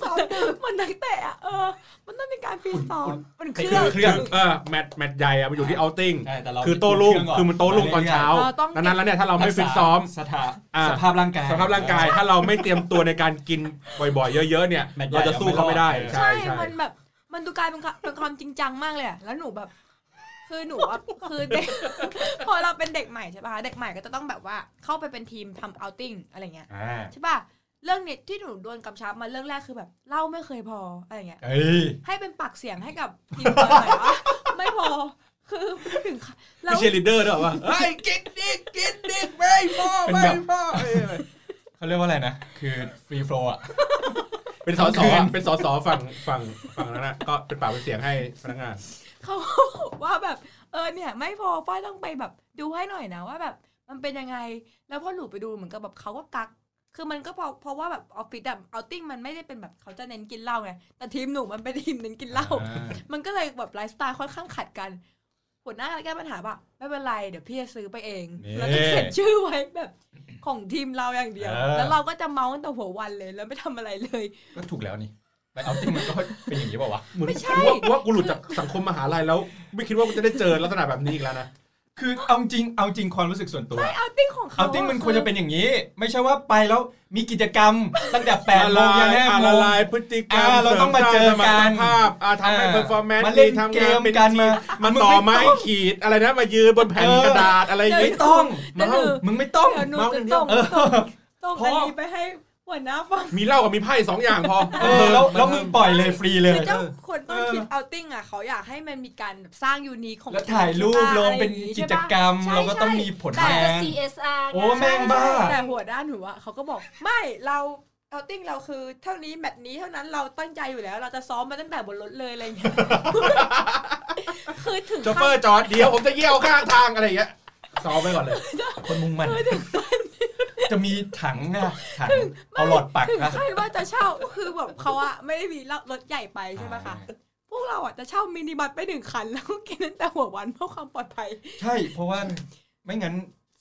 Speaker 5: ซ้อมดึกมันนักเตะอ่ะเออ มันต้องมีการฟีซ้อมมันเค
Speaker 2: คื
Speaker 5: รื่
Speaker 2: อ
Speaker 5: อง
Speaker 2: เครื่องเออแมตช์แมตช์ใหญ่อะมันอยู่ที่เอาติ้ง
Speaker 1: ใช่แต่เรา
Speaker 2: คือโต้รุ่ง
Speaker 1: ปิดเรื่
Speaker 2: คือมันโต้รุ่งตอนเช้า
Speaker 5: เราต้อง
Speaker 2: ดังนั้นแล้วเนี่ยถ้าเราไม่ฟิตซ้อม
Speaker 1: สถา
Speaker 2: อ่า
Speaker 1: สภาพร่างกาย
Speaker 2: สภาพร่างกายถ้าเราไม่เตรียมตัวในการกินบ่อยๆ เยอะ ๆ เนี่ย
Speaker 1: แมตช์ใหญ่
Speaker 2: เราจะสู้เขาไม่ได้
Speaker 1: เอาไม่รอด
Speaker 2: ใช่
Speaker 5: ใช่
Speaker 2: ใช่
Speaker 5: มันแบบมันดูกลายเป็นความเป็นความจริงจังมากเลยอะแล้วหนูแบบ คือหนูว่า คือเด็ก พอเราเป็นเด็กใหม่ใช่ป่ะเด็กใหม่ก็จะต้องแบบว่าเข้าไปเป็นทีมทำเอาติ้งอะไรเงี้ย
Speaker 2: อ่า
Speaker 5: ใช่ป่ะเรื่องเนี้ยที่หนูโดนกำชับมาเรื่องแรกคือแบบเล่าไม่เคยพออะไรเงี้ย
Speaker 1: เอ้ย
Speaker 5: ให้เป็นปากเสียงให้กับทีมงานหน่อยวะไม่พอคือถึงขั้นเรา
Speaker 2: ไม่ใช่ลีดเดอร์ด้วยเหรอวะ
Speaker 1: ไอ้กินดิกินดิไม่พอไม่พอเขาเรียกว่าอะไรนะ คือฟรีโฟลอ่ะ
Speaker 2: เป็นสอสอเป็นสอสอฝั่งฝั่งฝั่งนั้นนะก็เป็นปากเป็นเสียงให้พนักงาน
Speaker 5: เขาบอกว่าแบบเออเนี่ย ไม่พอฝ้ายต้องไปแบบดูให้หน่อยนะว่าแบบมันเป็นยังไง แล้วพอหนูไปดูเหมือนกับแบบเขาก็กัก คือมันก็เพราะเพราะว่าแบบออฟฟิศแบบเอาติ้งมันไม่ได้เป็นแบบเขาจะเน้นกินเหล้าไงแต่ทีมหนูมันเป็นทีมเน้นกินเหล้า มันก็เลยแบบไลฟ์สไตล์ค่อนข้างขัดกัน หัวหน้าแก้ปัญหาว่าไม่เป็นไร เดี๋ยวพี่จะซื้อไปเอง
Speaker 1: นี่
Speaker 5: แล้วก็เขียนชื่อไว้แบบ ของทีมเราอย่างเดียว
Speaker 1: เออ
Speaker 5: แล้วเราก็จะเมาส์ตั้งแต่หัววันเลย แล้วไม่ทำอะไรเลย
Speaker 1: ก็ถูกแล้วนี่ไปเอาจริงมันก็เป็นอย่างนี้เปล่าวะ
Speaker 5: ไม่ใช่
Speaker 2: กูว่ากูว่ากูหลุดจากสังคมมหาลัยแล้ว ไม่คิดว่ากูจะได้เจอลักษณะแบบนี้อีกแล้วนะ
Speaker 1: คือเอาจริงเอาจริงความรู้สึกส่วนตัว
Speaker 5: เอาติ้งของเขา
Speaker 1: เอาจริงมันควรจะเป็นอย่างนี้ ไม่ใช่ว่าไปแล้วมีกิจกรรมตั้งแต่แปดโมงยันห้า
Speaker 2: อ่ะ
Speaker 1: โม
Speaker 2: ละ
Speaker 1: ง
Speaker 2: ลายพฤติกรรม
Speaker 1: อ่ะเราต้องมาเจอกัน
Speaker 2: สริสร้างสมรรถภาพอ่ะทำให้
Speaker 1: อ่ะ
Speaker 2: เพอร์ฟอร์แมนซ์
Speaker 1: มาเล่น
Speaker 2: ทำ
Speaker 1: เก
Speaker 2: งาน
Speaker 1: ม
Speaker 2: เป็น
Speaker 1: กัน
Speaker 2: ที
Speaker 1: มา
Speaker 2: มัน
Speaker 1: มึง
Speaker 2: ต่อ
Speaker 1: ไม่
Speaker 2: ไม้
Speaker 1: ต้อง
Speaker 2: ขีดอะไรนะมายืนบนแผ่นกระดาษอะไรอย่าง
Speaker 1: ไม่
Speaker 2: งี้
Speaker 1: ต้อง
Speaker 5: เดี๋ยวหนู
Speaker 2: เมา
Speaker 1: มึงไม่ต้อง
Speaker 5: เดี๋ยวหนู
Speaker 2: เมาส์อ
Speaker 5: จะ
Speaker 2: ย่างเดี
Speaker 5: ส่
Speaker 2: ยว
Speaker 5: ง
Speaker 1: เออ
Speaker 5: ส่ง
Speaker 1: พออั
Speaker 5: อันนี้ไปให้หัวหน้าฟัง
Speaker 2: มีเหล้ากับมีไพ่สองอย่างพอ
Speaker 1: เออแล้วแล้วมึงปล่อยเลยฟรีเลย
Speaker 5: คือเจ้าคนต้น
Speaker 1: เออ
Speaker 5: คิดเอาติ้งอ่ะเขาอยากให้มันมีการแบบสร้างยูนีของ
Speaker 1: แล้วถ่ายรูปลงเป็นกิจกรรม เราก็ต้องมีผล
Speaker 3: แต่
Speaker 1: งา
Speaker 3: จะ
Speaker 1: น
Speaker 3: CSR
Speaker 1: โอ้
Speaker 3: นะ
Speaker 1: แม่งบ้า
Speaker 5: แต่หัวหน้าหนูอ่ะเขาก็บอกไม่เราเอาติ้งเราคือ เท่านี้แมตช์นี้เท่านั้นเราตั้งใจอยู่แล้ว เราจะซ้อมมาตั้งแต่บนรถเลยอะไรอย่างเงี้ ยคือถึง
Speaker 2: โชเฟอ
Speaker 5: ขั้น
Speaker 2: ร์จอดเดี๋ยวผมจะเยี่ยวข้างทางอะไรอย่างเงี้ยซ้อมไว้ก่อนเลย
Speaker 1: คนมุ่งมัน จะมีถังอะถังเอาหลอดปัก
Speaker 5: ถึง
Speaker 1: อะ
Speaker 5: ขั้นว่าจะเช่าคือแบบเขาอ่ะไม่ได้มีรถใหญ่ไปใช่ไหมคะ พวกเราอ่ะจะเช่ามินิบัสไปหนึ่งคัน แล้วก็กินตั้งแต่หัววันเพื่อความปลอดภัย
Speaker 1: ใช่เพราะว่าไม่งั้น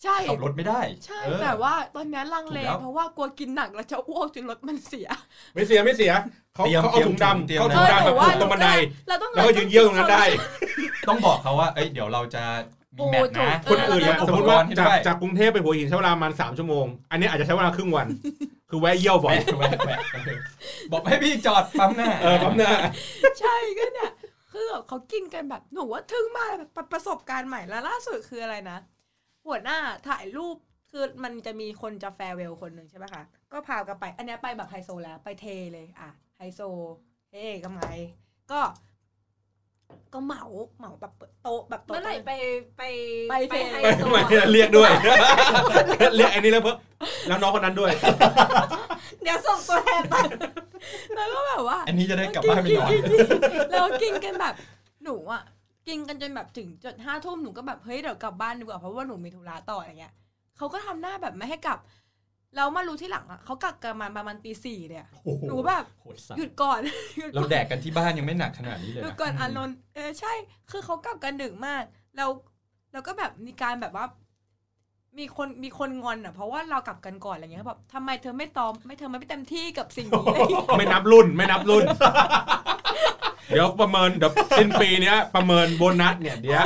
Speaker 5: ใช่
Speaker 1: ขับรถไม่ได้
Speaker 5: ใช่
Speaker 1: เออ
Speaker 5: แต่ว่าตอนนี้ลังเล
Speaker 1: ถูกแล้ว
Speaker 5: เพราะว่ากลัวกินหนักแล้วจะอ้วกจนรถมันเสีย
Speaker 2: ไม่เสียไม่เสียเขา
Speaker 1: เตรียม
Speaker 2: เขาเอาถุง
Speaker 1: เต
Speaker 2: ดำ
Speaker 1: รียม
Speaker 2: เขา
Speaker 1: อ
Speaker 2: ถุงดำแบบผูกตรงบันได
Speaker 5: เราต้อง
Speaker 2: แล้วก็ยืนเยี่ยวตรงนั้นได้
Speaker 1: ต้องบอกเขาว่า เอ้ย เดี๋ยวเราจะมีแมตช์นะ
Speaker 2: คนอื่นเนี่ย
Speaker 1: เออ
Speaker 2: สมมติว่า
Speaker 1: อุปกรณ์ให้
Speaker 2: จาก
Speaker 1: ด้วย
Speaker 2: จากกรุงเทพไปหัวหินใช้เวลาประมาณสามชั่วโมง อันนี้อาจจะใช้เวลาครึ่งวัน คือแวะเยี่ยวบ่อย
Speaker 1: แวะแวะแวะบอกให้พี่จอดปั๊มหน้า
Speaker 2: เออปั๊มหน้า
Speaker 5: ใช่ก็เนี่ย คือแบบเขากินกันแบบหนูว่าทึ่งมากแบบประสบการณ์ใหม่แล้วล่าสุดคืออะไรนะ หัวหน้าถ่ายรูปคือมันจะมีคนจะแฟร์เวลคนหนึ่งใช่ไหมคะก็พากันไป อันเนี้ยไปแบบไฮโซแล้วไปเทเลยอ่ะไฮโซเฮ้กำไรก็ ก็เหมาเหมาแบบโต๊ะแบบโต๊ะ
Speaker 3: เมื่อไหร่ไปไป
Speaker 5: ไปเท
Speaker 3: ไฮ
Speaker 2: ไป
Speaker 3: โซ
Speaker 2: ทำไม
Speaker 3: อะ
Speaker 2: เรียกด้วย เรียกไอ้นี่แล้วเพิ่มแล้วน้องคนนั้นด้วย
Speaker 3: เดี๋ยวส่งตัวแทนไป
Speaker 5: แล้วก็แบบว่า
Speaker 1: อันนี้จะได้กลับบ้านไปนอน
Speaker 5: แล้วกินกันแบบหนูอ่ะ กินกันจนแบบถึงจดห้าทุ่มหนูก็แบบเฮ้ยเดี๋ยวกลับบ้านดีกว่าเพราะว่าหนูมีธุระต่ออะไรเงี้ยเขาก็ทำหน้าแบบไม่ให้กลับแล้วมารู้ที่หลังอ่ะเขากลับกันมาประมาณตีสี่เนี่ย
Speaker 1: โอ้โห
Speaker 5: หนูแบบ
Speaker 1: โหดสัตว์
Speaker 5: หยุดก่อน หยุด
Speaker 1: เรา
Speaker 5: ก่อน
Speaker 1: แดกกันที่บ้านยังไม่หนักขนาดนี้เลย
Speaker 5: ห
Speaker 1: นะ
Speaker 5: ยุดก่อนอานนท์เออใช่ คือเขากลับกันดึกมากแล้วแล้วก็แบบมีการแบบว่า มีคนมีคนงอนอ่ะ เพราะว่าเรากลับกันก่อนอะไรเงี้ยเขาบอกทำไมเธอไม่ตอมไม่เธอไม่เต็มที่กับสิ่งนี้อะไรเงี้ย
Speaker 2: ไม่นับรุ่นไม่นับรุ่น เดี๋ยวประเมินเดี๋ยวสิ้นปีเนี้ย ประเมินโบนัสเนี่ยเดี๋ยว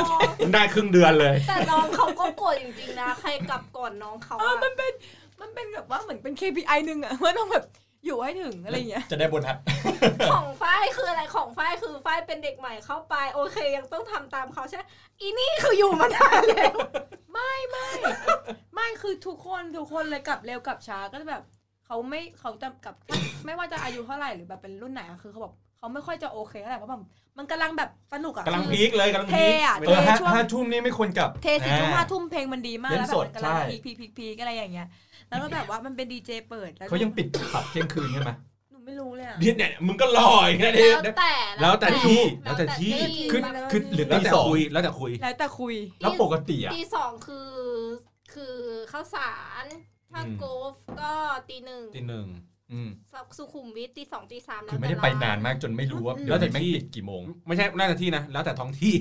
Speaker 2: ได้ครึ่งเดือนเลย
Speaker 3: แต่น้องเขาก็โกรธจริงๆนะ ใครกลับก่อนน้องเขา
Speaker 5: เออ
Speaker 3: อะ
Speaker 5: มันเป็น มันเป็นแบบว่าเหมือนเป็น KPI หนึ่งอะ ว่าต้องแบบอยู่ให้ถึงอะไรอย่างเงี้ย
Speaker 1: จะได้โบนัส
Speaker 3: ของฝ้ายคืออะไรของฝ้ายคือฝ้ายเป็นเด็กใหม่เข้าไป โอเคยังต้องทำตามเขาใช่ไหมอีนี่คืออยู่มานานแล้ว
Speaker 5: ไม่คือทุกคนทุกคนเลยกลับเร็วกลับช้าก็จะแบบเขาไม่เขาจะกลับ ไม่ว่าจะอายุเท่าไหร่หรือแบบเป็นรุ่นไหนอะคือเขาบอกเขาไม่ค่อยจะโอเคเท่าไหร่เพราะแบบมันกำลังแบบสนุกอะ
Speaker 2: กำลัง
Speaker 5: คือ
Speaker 2: พีคเลยกำลัง
Speaker 5: เท
Speaker 2: พีค
Speaker 5: อะ
Speaker 1: เออห้า
Speaker 5: ช่วง
Speaker 1: ห้าทุ่มนี่ไม่ควรกลับ
Speaker 5: เทสี่ทุ่ม
Speaker 1: อ่
Speaker 5: ห้าทุ่มเพลงมันดีมาก
Speaker 1: เล่น
Speaker 5: แล้ว
Speaker 1: ส
Speaker 5: แบบ
Speaker 1: ด
Speaker 5: มันกำลัง
Speaker 1: ใช่
Speaker 5: พีคพีคพีคพีคอะไรอย่างเงี้ย แล้วก็แบบว่ามันเป็นดีเจเปิดแล้ว
Speaker 1: เขายังปิดผับเที่ยงคืนใช่ไหม
Speaker 5: หนูไม่รู้เลยอะ
Speaker 2: เนี่ยมึงก็ลอยนะเดี๋ยว
Speaker 3: แล้วแต่
Speaker 2: แล้วแต่ที่
Speaker 3: แล้วแต่ที่
Speaker 2: แล้วแต่ที่
Speaker 1: คือ
Speaker 5: มาเลย
Speaker 1: คือหรือ
Speaker 2: แล้ว
Speaker 1: ตี
Speaker 2: แต่
Speaker 1: สอง
Speaker 2: คุยแล้วแต่คุย
Speaker 5: แล้วแต่คุย
Speaker 1: แล้วปกติอ่ะ
Speaker 3: ตีสองคือคือข้าวสารถ้า
Speaker 2: อืม
Speaker 3: โกฟก็ตีหนึ่ง
Speaker 2: ทีหนึ่ง
Speaker 1: อืม
Speaker 3: สุขุมวิทตีสองตีสามแล้ว
Speaker 1: คือไม่ได้
Speaker 3: ร้
Speaker 1: ไปนานมากจนไม่รู้ว่า
Speaker 5: อืม
Speaker 1: เดี๋ยวนี้แม่งปิดกี่โมง
Speaker 2: ไม่ใช่แล้วแต่ที่นะ แล้วแต่ท้องที่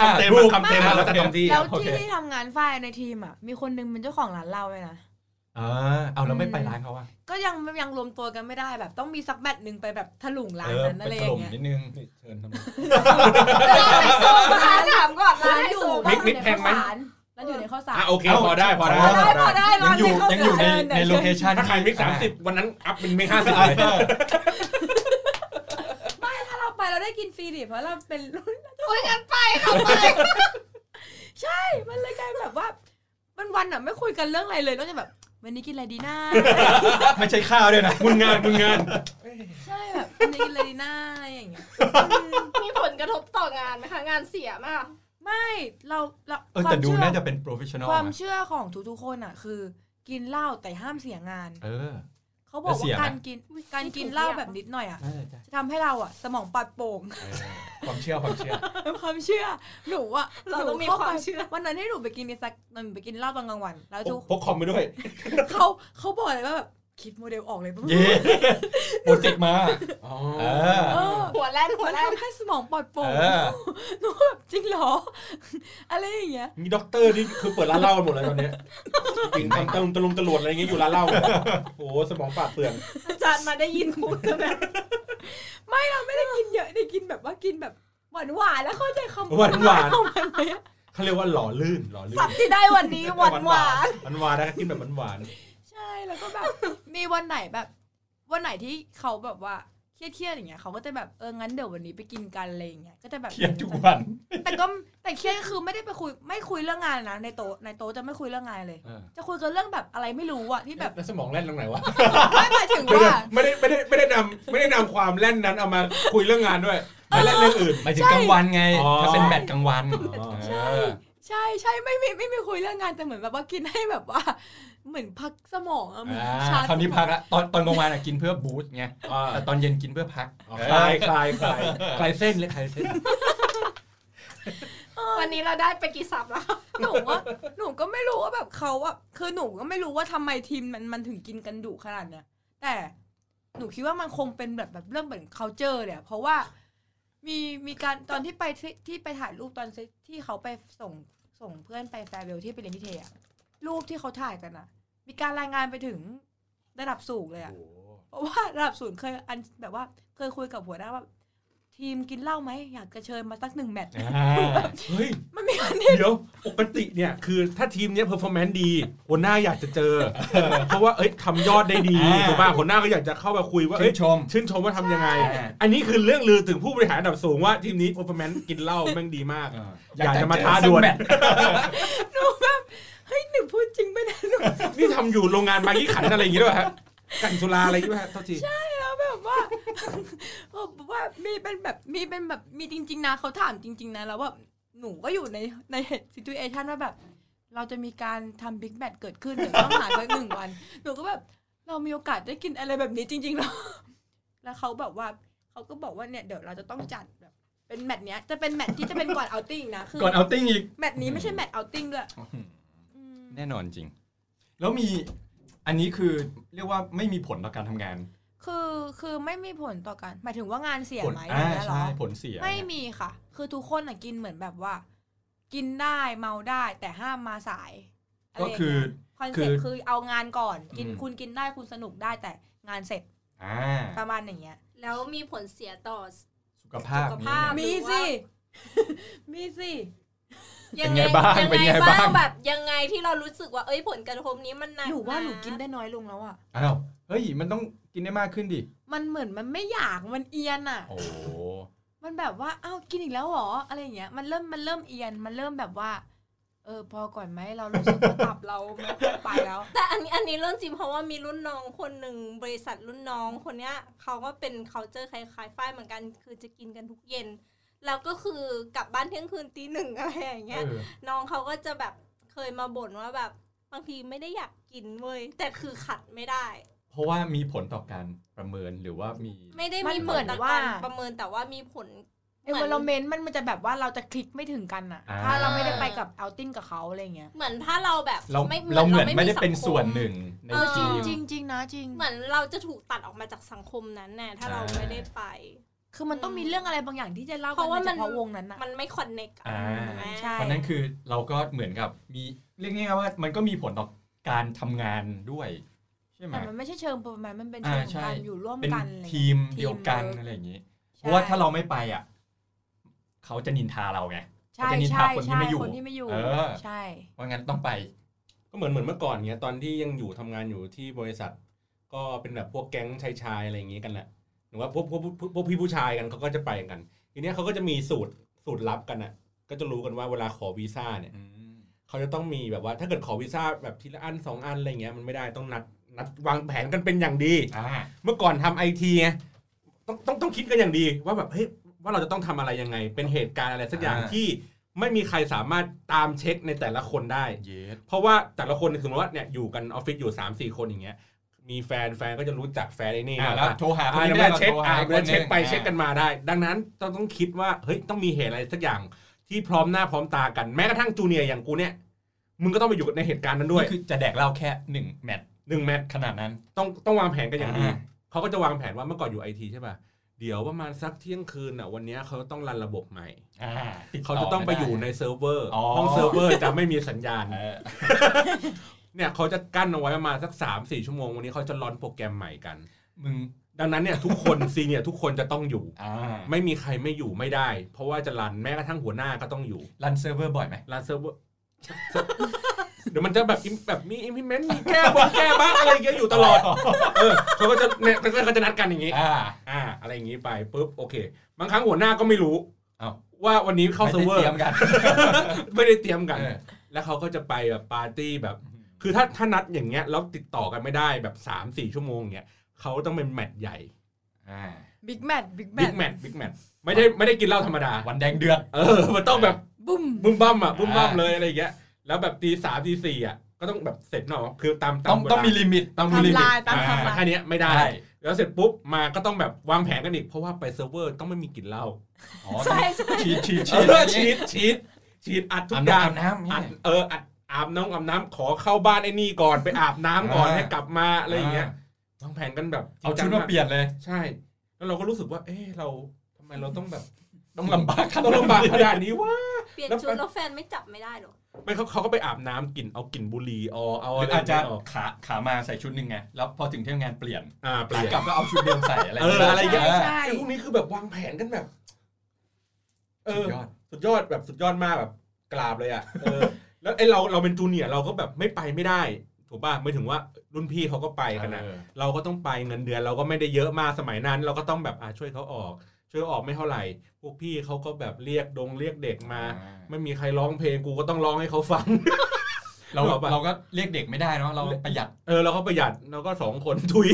Speaker 1: อ่ะ
Speaker 2: คำเต็ม
Speaker 1: ถูก
Speaker 2: คำเต็มอะแล้วแต่ท้องที่
Speaker 5: แล้ว
Speaker 1: โอเค
Speaker 5: ที่ที่ทำงานฝ้ายในทีมอะมีคนนึงเป็นเจ้าของร้านเหล้าเลยนะ
Speaker 1: อ่าเอาแล้วไม่ไปร้านเขาอ่ะ
Speaker 5: ก็ยังยังรวมตัวกันไม่ได้แบบต้องมีสักแมตช์หนึ่งไปแบบถลุงร้า
Speaker 1: เอน อ
Speaker 5: นั้น
Speaker 1: ไป
Speaker 5: อะไร
Speaker 1: ถ
Speaker 5: อย่า
Speaker 1: ล่ม
Speaker 5: งเงี้ย
Speaker 1: นิดนึง
Speaker 2: เชิญทำไม
Speaker 3: ร้านไฮโซบ้างถามก่อนร้า
Speaker 5: ร้าน น
Speaker 3: ไฮ
Speaker 5: อ
Speaker 3: โซ
Speaker 5: ยู่
Speaker 3: บ้าง
Speaker 2: นิดๆแพงไหม
Speaker 5: ร้านอยู่ในข้าวสาร
Speaker 2: อ่ะโอเค
Speaker 1: เอ้า
Speaker 2: พอได้พอได้
Speaker 3: ได้พอได้ร้า
Speaker 1: ยั
Speaker 3: น
Speaker 1: งอยู่
Speaker 3: ไม่
Speaker 1: ยัง
Speaker 3: เข้า
Speaker 1: อยู่
Speaker 3: สาร
Speaker 1: ใน
Speaker 5: เออเดี๋ยว
Speaker 1: ในโลเคชั่น
Speaker 2: ถ้าขายมิกสามสิบวันนั้นอัพเป็นมิกห้าสิบเลย
Speaker 1: เออ
Speaker 5: เราไปเรา เราได้กินฟรีดิเพราะเราเป็นรุ่น
Speaker 3: โอ้ยงั้นไปค่ะไป
Speaker 5: ใช่มันเลยกลายเป็นแบบว่าวันวันๆอ่ะไม่คุยกันเรื่องอะไรเลยนอกจากแบบ วันนี้กินอะไรดีนะ
Speaker 1: ไม่ใช่ข้าวด้วยนะ
Speaker 2: มึงงานมึงงาน
Speaker 5: ใช่แบบวันนี้กินอะไรดีนะอะไรอย่างเงี้ย
Speaker 3: มีผลกระทบต่องานไหมคะงานเสียมาก
Speaker 5: ไม่เราเรา
Speaker 1: เออ
Speaker 5: ควา
Speaker 1: แต่
Speaker 5: ม
Speaker 1: ดู
Speaker 5: เชื่อ
Speaker 1: น่าจะเป็น professional
Speaker 5: ความ
Speaker 1: นะ
Speaker 5: เชื่อของทุกๆคนอ่ะ คือกินเหล้าแต่ห้ามเสียงาน
Speaker 1: เออ
Speaker 5: เขาบ
Speaker 1: แล้
Speaker 5: อก
Speaker 1: วเสีไห
Speaker 5: ว่าย
Speaker 1: ม
Speaker 5: การกิน
Speaker 3: อุ๊ย
Speaker 5: การกิน
Speaker 3: ไม่ถูก
Speaker 5: เหล้า
Speaker 3: อย่าง
Speaker 5: แบบนิดหน่อยอ่ะ
Speaker 1: เออใช่
Speaker 5: จะทำให้เราอ่ะ สมองปลอดโปร่ง
Speaker 1: เออความเชื่อความเชื่อ
Speaker 5: เป็นความเชื่อ หนูอ่ะ
Speaker 3: เราต้อง
Speaker 5: หนู
Speaker 3: มี
Speaker 5: ข้ไป
Speaker 3: ความเชื่อ
Speaker 5: วันนั้นให้หนูไปกินในสักหนูไปกินเหล้าตอนกลางวัน แล้วทุก
Speaker 2: พกคอมไปด้วย
Speaker 5: เขาเขาบอกเลยว่าแบบคิดโมเดลออกเลยปุ๊บ
Speaker 1: เย่โปรเจกต์มา
Speaker 2: อ๋อ
Speaker 1: เออ
Speaker 5: เออ
Speaker 3: หัวแล่นหัว
Speaker 5: มัน
Speaker 3: แล่น
Speaker 5: ทำให้สมองปลอดโปร่ง
Speaker 1: เออ
Speaker 5: หนูแบบจริงเหรอ อะไรอย่างเงี้ย
Speaker 2: นี่ด็อกเตอร์นี่คือเปิดร้านเหล้ากันหมดเลยตอนเนี้ยกินตำตะลุงตะลุงตะลวดอะไรอย่างเงี้ยอยู่ร้านเหล้าโอ้โหสมองปราดเปลื่อน
Speaker 3: อาจารย์มาได้ยินพูดแล้วแบบ
Speaker 5: ไม่เราไม่ได้กินเยอะได้กินแบบว่ากินแบบหวานหวานๆแล้วเข้าใจคำ
Speaker 2: หวานหวาน
Speaker 5: เข้าใจไหมอะ
Speaker 2: เขาเรียกว่าหล่อลื่นหล่อลื่น
Speaker 3: สับที่ได้วันนี้หวานหวาน
Speaker 2: หวานหวานนะครับกินแบบหวาน
Speaker 5: ใช่แล้วก็แบบ มีวันไหนแบบ วันไหนที่เขาแบบว่าเครียดๆอย่างเงี้ยเขาก็จะแบบเอองั้นเดี๋ยววันนี้ไปกินกันอะไรอย่างเงี้ยก็จะแบบ
Speaker 1: เครียดทุกวัน
Speaker 5: แต่ก็แต่เครียดก็คือไม่ได้ไปคุยไม่คุยเรื่องงานนะในโต๊ะในโต๊ะจะไม่คุยเรื่องงานเลย
Speaker 1: เออ
Speaker 5: จะคุยกันเรื่องแบบอะไรไม่รู้อะที่
Speaker 2: ๆ
Speaker 5: แบบ
Speaker 2: แล้วสมองแล่นตรงไหนวะ
Speaker 5: ไม่หมายถึงว่า
Speaker 2: ไม่ได้ไม่ได้ไม่ได้นำไม่ได้นำความแล่นนั้นเอามาคุยเรื่องงานด้วยมาเล่นเรื่องอื่น
Speaker 1: หมายถึงกลางวันไง
Speaker 2: อ๋อ
Speaker 1: ถ้าเป็นแบตกลางวัน
Speaker 5: ใช่ใช่ใช่ไม่มีไม่มีคุยเรื่องงานแต่เหมือนแบบว่ากินให้แบบว่า เหมือนพักสมองอะเหมือนชาร์จ
Speaker 1: คราวนี้พักละตอนตอนกลางวันอะกินเพื่อบูสต์ไง
Speaker 2: อ่า
Speaker 1: แต่ตอนเย็นกินเพื่อพัก
Speaker 2: อ๋อ
Speaker 1: เอ
Speaker 2: คลา
Speaker 1: อย
Speaker 2: คลายคลายคลายเส้นเลยคลายเส้น
Speaker 3: วันนี้เราได้ไปกี่สับแล้ว
Speaker 5: หนูว่าหนูก็ไม่รู้ว่าแบบเขาอะคือหนูก็ไม่รู้ว่าทำไมทีมมันมันถึงกินกันดุขนาดเนี้ยแต่หนูคิดว่ามันคงเป็นแบบแบบเรื่องเหมือน culture เนี่ยเพราะว่ามีมีการตอนที่ไปที่ที่ไปถ่ายรูปตอนที่เขาไปส่งส่งเพื่อนไปแฟร์เวลที่ไปเรียนที่เทอะรูปที่เขาถ่ายกันอะมีการรายงานไปถึงระดับสูงเลยอะ เพราะว่าระดับศูนย์เคยอันแบบว่าเคยคุยกับหัวหน้าว่า ทีมกินเหล้าไหมอยากจะเชิญมาสักหนึ่งแมตช์
Speaker 1: อ่า
Speaker 2: เฮ้ย
Speaker 5: มันมีอันนี้
Speaker 2: เดี๋ยวปกติเนี่ย คือถ้าทีมเนี้ยเพอร์ฟอร์แมนซ์ดีหัวหน้าอยากจะเจอ เพราะว่าเอ้ยทำย อดได้ดีถูกป่ะหัวหน้าก็อยากจะเข้ามาคุยว่า
Speaker 1: ชื่
Speaker 2: เอ้
Speaker 1: น
Speaker 2: ย
Speaker 1: ชม
Speaker 2: ชื่นชมว่าทำยังไง
Speaker 1: ใช่
Speaker 2: อันนี้คือเรื่องลือถึงผู้บริหารระดับสูงว่าทีมนี้เพอร์ฟอร์แมนซ์กินเหล้าแม่งดีมาก อยากจะมาท้าดวล
Speaker 1: อยกจะเจอสักแมตช์
Speaker 5: หนูแบบเฮ้ยหนูพูดจริงไปนะหนู
Speaker 2: นี่ทำอยู่โรงงานมายี่ขันอะไรอย่างงี้ด้วยฮะกันสุราอะไรอย่างงี้ด้วยฮะเท่าที
Speaker 5: แล้วแบบว่า แบบว่ามีเป็นแบบมีเป็นแบบมีจริง ๆนะเขาถามจริง ๆนะแล้วว่าหนูก็อยู่ในในเหตุซิทูเอชันว่าแบบ เราจะมีการทำบิ๊กแมตช์เกิดขึ้นเดี๋ยวต้องหาสักหนึ่งวัน หนูก็แบบเรามีโอกาสได้กินอะไร แบบนี้จริงๆแล้วแล้วเขาแบบว่าเขาก็บอกว่าเนี่ยเดี๋ยวเราจะต้องจัดแบบเป็นแมตช์เนี้ยจะเป็นแมตช์ที่จะเป็นก่อนเอาติ้งนะคือ
Speaker 1: ก่อนเอาติ้งอีก
Speaker 5: แมตช์นี้ไม่ใช่แมตช์เอาติ้งด้วยอืม
Speaker 1: แน่นอนจริง แล้วมีอันนี้คือเรียกว่าไม่มีผลต่อการทำงาน
Speaker 5: คือคือไม่มีผลต่อกัน หมายถึงว่างานเสีย
Speaker 1: ผล
Speaker 5: ไหม
Speaker 1: อ่า
Speaker 5: อย่างเงี้ยเหรอ
Speaker 1: ใช่ผลเสีย
Speaker 5: ไม่มีค่ะ คือทุกคนอ่ะกินเหมือนแบบว่า กินได้เมาได้ แต่ห้ามมาสายะไร
Speaker 1: ก็
Speaker 5: ย่าง
Speaker 1: คือ
Speaker 5: เงี้ยคอน
Speaker 1: คื
Speaker 5: เซ็ป
Speaker 1: อ
Speaker 5: ต์คือเอางานก่อน กิน
Speaker 1: อืม
Speaker 5: คุณกินได้คุณสนุกได้แต่งานเสร็จ
Speaker 1: อ่า
Speaker 5: ประมาณอย่างเงี้ย
Speaker 3: แล้วมีผลเสีย ต่อ
Speaker 1: สุขภาพ
Speaker 3: สุข
Speaker 1: มี
Speaker 3: ภาพ
Speaker 5: มีสิ มีสิ
Speaker 1: เป็นไงบ้าง
Speaker 3: ยั
Speaker 1: เป็นไงบ้าง
Speaker 3: แบบยังไงที่เรารู้สึกว่าเอ้ยผลกระทบนี้มันหนัก
Speaker 5: หนูว่า
Speaker 3: ะ
Speaker 5: หนูกินได้น้อยลงแล้วอ่ะ
Speaker 1: อ้าวเฮ้ย มันต้องกินได้มากขึ้นดิ
Speaker 5: มันเหมือนมันไม่อยากมันเอียนอ่ะ
Speaker 1: โอ้โห
Speaker 5: มันแบบว่าอ้าวกินอีกแล้วเหรออะไรอย่างเงี้ย มันเริ่มมันเริ่มเอียน มันเริ่มแบบว่า เออพอก่อนไหมเรารู้สึกว่าตับเราไม่ค่อยไปแล้ว
Speaker 3: แต่อันนี้อันนี้เรื่องจริงเพราะว่ามีรุ่นน้องคนหนึ่งบริษัทรุ่นน้องคนเนี้ยเขาก็เป็น c u เจอร์คล้ายๆฝ้ายเหมือนกัน คือจะกินกันทุกเย็น แล้วก็คือกลับบ้านเที่ยงคืนตีหนึ่งอะไรอย่างเงี้ย
Speaker 1: เออ
Speaker 3: น้องเขาก็จะแบบเคยมาบ่นว่าแบบบางทีไม่ได้อยากกินเว้ยแต่คือขัดไม่ได้
Speaker 1: เพราะว่ามีผลต่อการประเมินหรือว่ามี
Speaker 3: ไม่ได้
Speaker 5: มั
Speaker 3: มี
Speaker 5: น
Speaker 3: ผ
Speaker 5: เหมื
Speaker 3: ล
Speaker 5: อน
Speaker 3: ต่อ
Speaker 5: ว่า
Speaker 3: การประเมินแต่ว่ามีผล
Speaker 5: เอเวอร์เมนต์มันมันจะแบบว่าเราจะคลิกไม่ถึงกันอ่ะ
Speaker 1: อ่า
Speaker 5: ถ้าเราไม่ได้ไปกับเอาติ้งกับเขาอะไรอย่างเงี้ย
Speaker 3: เหมือนถ้าเราแบบ
Speaker 1: เรา
Speaker 3: ไม่
Speaker 1: เราเหมือนไม่ได้
Speaker 3: สังค
Speaker 1: เป็นส่วนหนึ่งใน
Speaker 3: เออ
Speaker 5: จ
Speaker 1: ที
Speaker 5: ริง
Speaker 1: ม
Speaker 5: จริงจริงนะจริง
Speaker 3: เหมือนเราจะถูกตัดออกมาจากสังคมนั้นแน่ถ้าเรา
Speaker 1: ใช่
Speaker 3: ไม่ได้ไป
Speaker 5: คือมันต้องมีเรื่องอะไรบางอย่างที่จะเล่า
Speaker 3: เพ
Speaker 5: กัน
Speaker 3: ราะว่า
Speaker 5: ใน
Speaker 3: มั
Speaker 5: เฉ
Speaker 3: น
Speaker 5: พาะวงนั้นอ่ะ
Speaker 3: มันไม่คอนเน็ก
Speaker 1: อ่า
Speaker 5: ใช่
Speaker 1: เพราะนั้นคือเราก็เหมือนกับมีเรียกง่ายๆว่ามันก็มีผลต่อการทำงานด้วย ใช่ไหม
Speaker 5: แต่มันไม่ใช่เชิงประมาณมันเป็น
Speaker 1: อ่า
Speaker 5: เชิงขอ
Speaker 1: ใช่
Speaker 5: งการอยู่ร่วม
Speaker 1: เป็น
Speaker 5: กันอะไรอย่าง
Speaker 1: ที
Speaker 5: เงี้ย
Speaker 1: มเดียวกัน
Speaker 5: ทีมเวิร์ค
Speaker 1: อะไรอย่างนี้ เพ
Speaker 5: ใช่
Speaker 1: ราะว่าถ้าเราไม่ไปอ่ะเขาจะนินทาเราไง
Speaker 5: ใช่
Speaker 1: จะนินทา
Speaker 5: ใช่
Speaker 1: คนที่
Speaker 5: ใช่
Speaker 1: ไม่อยู่
Speaker 5: คนที่ไม่อยู่
Speaker 1: เออ
Speaker 5: ใช่
Speaker 1: ว่างั้นต้องไป
Speaker 2: ก็เหมือนเหมือนเมื่อก่อนเงี้ยตอนที่ยังอยู่ทำงานอยู่ที่บริษัท ก็เป็นแบบพวกแก๊งชายๆอะไรอย่างงี้กันแหละ หรือว่าพวกพวกพวกพวกพี่ผู้ชายกันเขาก็จะไปกัน ทีเนี้ยเขาก็จะมีสูตรสูตรลับกันอ่ะ ก็จะรู้กันว่าเวลาขอวีซ่าเนี่ย
Speaker 1: อืม
Speaker 2: เขาจะต้องมีแบบว่าถ้าเกิดขอวีซ่าแบบทีละอันสองอันอะไรเงี้ยมันไม่ได้ต้องนัดนัดวางแผนกันเป็นอย่างดี
Speaker 1: อ่า
Speaker 2: เมื่อก่อนทำไอทีไงต้องต้องต้องคิดกันอย่างดี ว่าแบบเฮ้ยว่าเราจะต้องทำอะไรยังไง เป็นเหตุการณ์อะไรสักอย่างที่ไม่มีใครสามารถตามเช็คในแต่ละคนได้
Speaker 1: เยส
Speaker 2: เพราะว่าแต่ละคนสมมติว่าเนี่ยอยู่กันออฟฟิศอยู่ 3 4 คนอย่างเงี้ยมีแฟนแฟนก็จะรู้จักแฟนไอ้นี่
Speaker 1: อ่า
Speaker 2: นะ
Speaker 1: แล้วโทรหาคน
Speaker 2: อ่า
Speaker 1: นี้
Speaker 2: เดี๋ย
Speaker 1: ไม่ได้
Speaker 2: วเวลาเช็ค
Speaker 1: โทรหา
Speaker 2: อ่า
Speaker 1: อีก
Speaker 2: เว
Speaker 1: ค
Speaker 2: ลาน
Speaker 1: ห
Speaker 2: เช็
Speaker 1: นึ่
Speaker 2: ค
Speaker 1: ง
Speaker 2: ไปเช็คกันมาได้ ดังนั้นต้องต้องคิดว่าเฮ้ยต้องมีเหตุอะไรสักอย่างที่พร้อมหน้าพร้อมตากันแม้กระทั่งจูเนียร์อย่างกูเนี่ยมึงก็ต้องไปอยู่ในเหตุการณ์นั้นด้วย
Speaker 1: นี่คือจะแดกเหล้าแค่หนึ่งแมตช์
Speaker 2: หนึ่งแมตช์
Speaker 1: ขนาดนั้น
Speaker 2: ต้องต้องวางแผนกันอย่างดี
Speaker 1: อ่า
Speaker 2: เขาก็จะวางแผนว่าเมื่อก่อนอยู่ไอทีใช่ป่ะ เดี๋ยวประมาณสักเที่ยงคืนอ่ะวันเนี้ยเขาต้องรันระบบใหม่
Speaker 1: อ่าด
Speaker 2: เขาจะต้องไปอยู่ใน
Speaker 1: ม่ด้
Speaker 2: เซิร์ฟเวอร์
Speaker 1: อ๋อ
Speaker 2: ห้องเซิร์ฟเวอร์จะไม่มีสัญญาณ
Speaker 1: เออ
Speaker 2: เนี่ยเขาจะกั้นเอาไว้ประมาณสัก3าสี่ชั่วโมงวันนี้เขาจะรอนโปรแกรมใหม่กัน
Speaker 1: มึง
Speaker 2: ดังนั้นเนี่ยทุกคน ซีเนียทุกคนจะต้องอยู่
Speaker 1: อ่า
Speaker 2: ไม่มีใครไม่อยู่ไม่ได้ เพราะว่าจะรันแม้กระทั่งหัวหน้าก็ต้องอยู่
Speaker 1: รันเซิร์ฟเวอร์บ่อยไหม
Speaker 2: รันเซิร์ฟเวอร์ เดี๋ยวมันจะแบบแบบมี implement มีแก้บงแก้บ้างอะไรอย่างเงี้ยอยู่ตลอดเออเขาก็จะเนี่ยเขาจะนัดกันอย่างงี้
Speaker 1: อ่า
Speaker 2: อ่า อะไรอย่างงี้ไปปุ๊บโอเคบางครั้งหัวหน้าก็ไม่รู้
Speaker 1: อ้าว
Speaker 2: ว่าวันนี้เข้าเซิร์ฟเวอ
Speaker 1: ไม่ได้
Speaker 2: ร์
Speaker 1: เตรียมกัน
Speaker 2: ไม่ได้เตรียมกัน
Speaker 1: เออ
Speaker 2: แล้วเขาก็จะไปแบบปาร์ตี้แบบ คือถ้าถ้านัดอย่างเงี้ยแล้วติดต่อกันไม่ได้แบบ3าสี่ชั่วโมงเงี้ยเขาต้องเป็นแมตช์ใหญ่
Speaker 1: อ่า
Speaker 5: บิ๊กแมทบิ๊กแม
Speaker 2: บิ๊
Speaker 5: ท
Speaker 2: กแมตช์บิ๊กแมตช์ไม่ได้ไม่ได้กินเหล้าธรรมดา
Speaker 1: วันแดงเดือด
Speaker 2: เออ มันต้องแบบ
Speaker 5: บุ้ม
Speaker 2: บุ้มบ้ามอ่ะบุ้มบ้าม
Speaker 1: อ่า
Speaker 2: เลยอะไรอย่างเงี้ยแล้วแบบตีสามตีสี่อ่ะก็ต้องแบบเสร็จเนาะคือตาม
Speaker 1: ต้
Speaker 2: ตา
Speaker 1: อง
Speaker 2: ม
Speaker 1: ต้องมี
Speaker 2: เวลา
Speaker 1: ลิมิต
Speaker 2: ต้องมีลิมิต
Speaker 5: ทำลายตาม
Speaker 1: อ่า
Speaker 5: ทำลาย
Speaker 2: แค่เนี้ยไม่ได้
Speaker 1: ได้
Speaker 2: แล้วเสร็จปุ๊บมาก็ต้องแบบวางแผนกันอีกเพราะว่าไปเซิร์ฟเวอร์ต้องไม่มีกลิ่นเหล้า
Speaker 1: อ๋อ
Speaker 5: ใช่ใช่
Speaker 1: ฉีดฉีด
Speaker 2: ฉี
Speaker 1: ฉี
Speaker 2: ด
Speaker 1: ด
Speaker 2: ฉีดฉีดฉีดอัดทุ
Speaker 1: อั
Speaker 2: ก
Speaker 1: น
Speaker 2: อ
Speaker 1: น้
Speaker 2: ย่าง
Speaker 1: ำน้ำ
Speaker 2: อั
Speaker 1: อั
Speaker 2: ด
Speaker 1: น
Speaker 2: เอออัดอาบน้องอาบน้ำขอเข้าบ้านไอ้นี่ก่อนไปอาบน้ำก่อน
Speaker 1: อ่า
Speaker 2: ให้กลับมาอะไรอย่างเงี้ยวางแผนกันแบบ
Speaker 1: เอา
Speaker 2: จ
Speaker 1: ชุด
Speaker 2: ริงจัง
Speaker 1: มาเปลี่ยนเลย
Speaker 2: ใช่ แล้วเราก็รู้สึกว่า เอ๊ะเราทำไมเราต้องแบบ
Speaker 1: ต้องลำบากข
Speaker 2: ต้
Speaker 1: นาด
Speaker 2: อง
Speaker 1: นั้น
Speaker 2: ลำบากขนาดนี้วะ
Speaker 3: เปลี่ยน
Speaker 2: แล้ว
Speaker 3: ชุ
Speaker 2: มั
Speaker 3: ด
Speaker 2: น
Speaker 3: แล้วแฟนไม่จับไม่ได้หรอ
Speaker 2: ไม่เขาเขาก็ไปอาบน้ำกลิ่นเอากลิ่นบุหรี่ออกเอา
Speaker 1: ห
Speaker 2: อะ
Speaker 1: รื
Speaker 2: ไร
Speaker 1: ออาจจะ
Speaker 2: ออก
Speaker 1: ขาขามาใส่ชุดหนึ่งไงแล้วพอถึงที่ทำงานเปลี่ยน
Speaker 2: อ่าเปลี่ยน
Speaker 1: ขากลับก็เอาชุดเดิมใส่อะไร
Speaker 2: เอออะไรอย่างเงี้ย
Speaker 5: ใช่ใช่
Speaker 2: ไอ้พวกนี้คือแบบวางแผนกันแบบ เอ
Speaker 1: สุ
Speaker 2: อ
Speaker 1: ดยอด
Speaker 2: สุดยอดแบบสุดยอดมากแบบกราบเลยอ่ะเออ แล้วไอเราเราเป็นจูเนียร์เราก็แบบไม่ไปไม่ได้ถูกป่ะไม่ถึงว่ารุ่นพี่เขาก็ไปกันนะเราก็ต้องไปเงินเดือน เราก็ไม่ได้เยอะมากสมัยนั้น เราก็ต้องแบบอ่ะช่วยเขาออก ช่วยออกไม่เท่าไหร่ พวกพี่เขาก็แบบเรียกดงเรียกเด็กมา ไม่มีใครร้องเพลงกูก็ต้องร้องให้เขาฟัง
Speaker 1: เรา
Speaker 2: หรอปะ
Speaker 1: เราก็เรียกเด็กไม่ได้เนาะเราประหยัด
Speaker 2: เออเราก็ประหยัดเราก็สองคน ทุย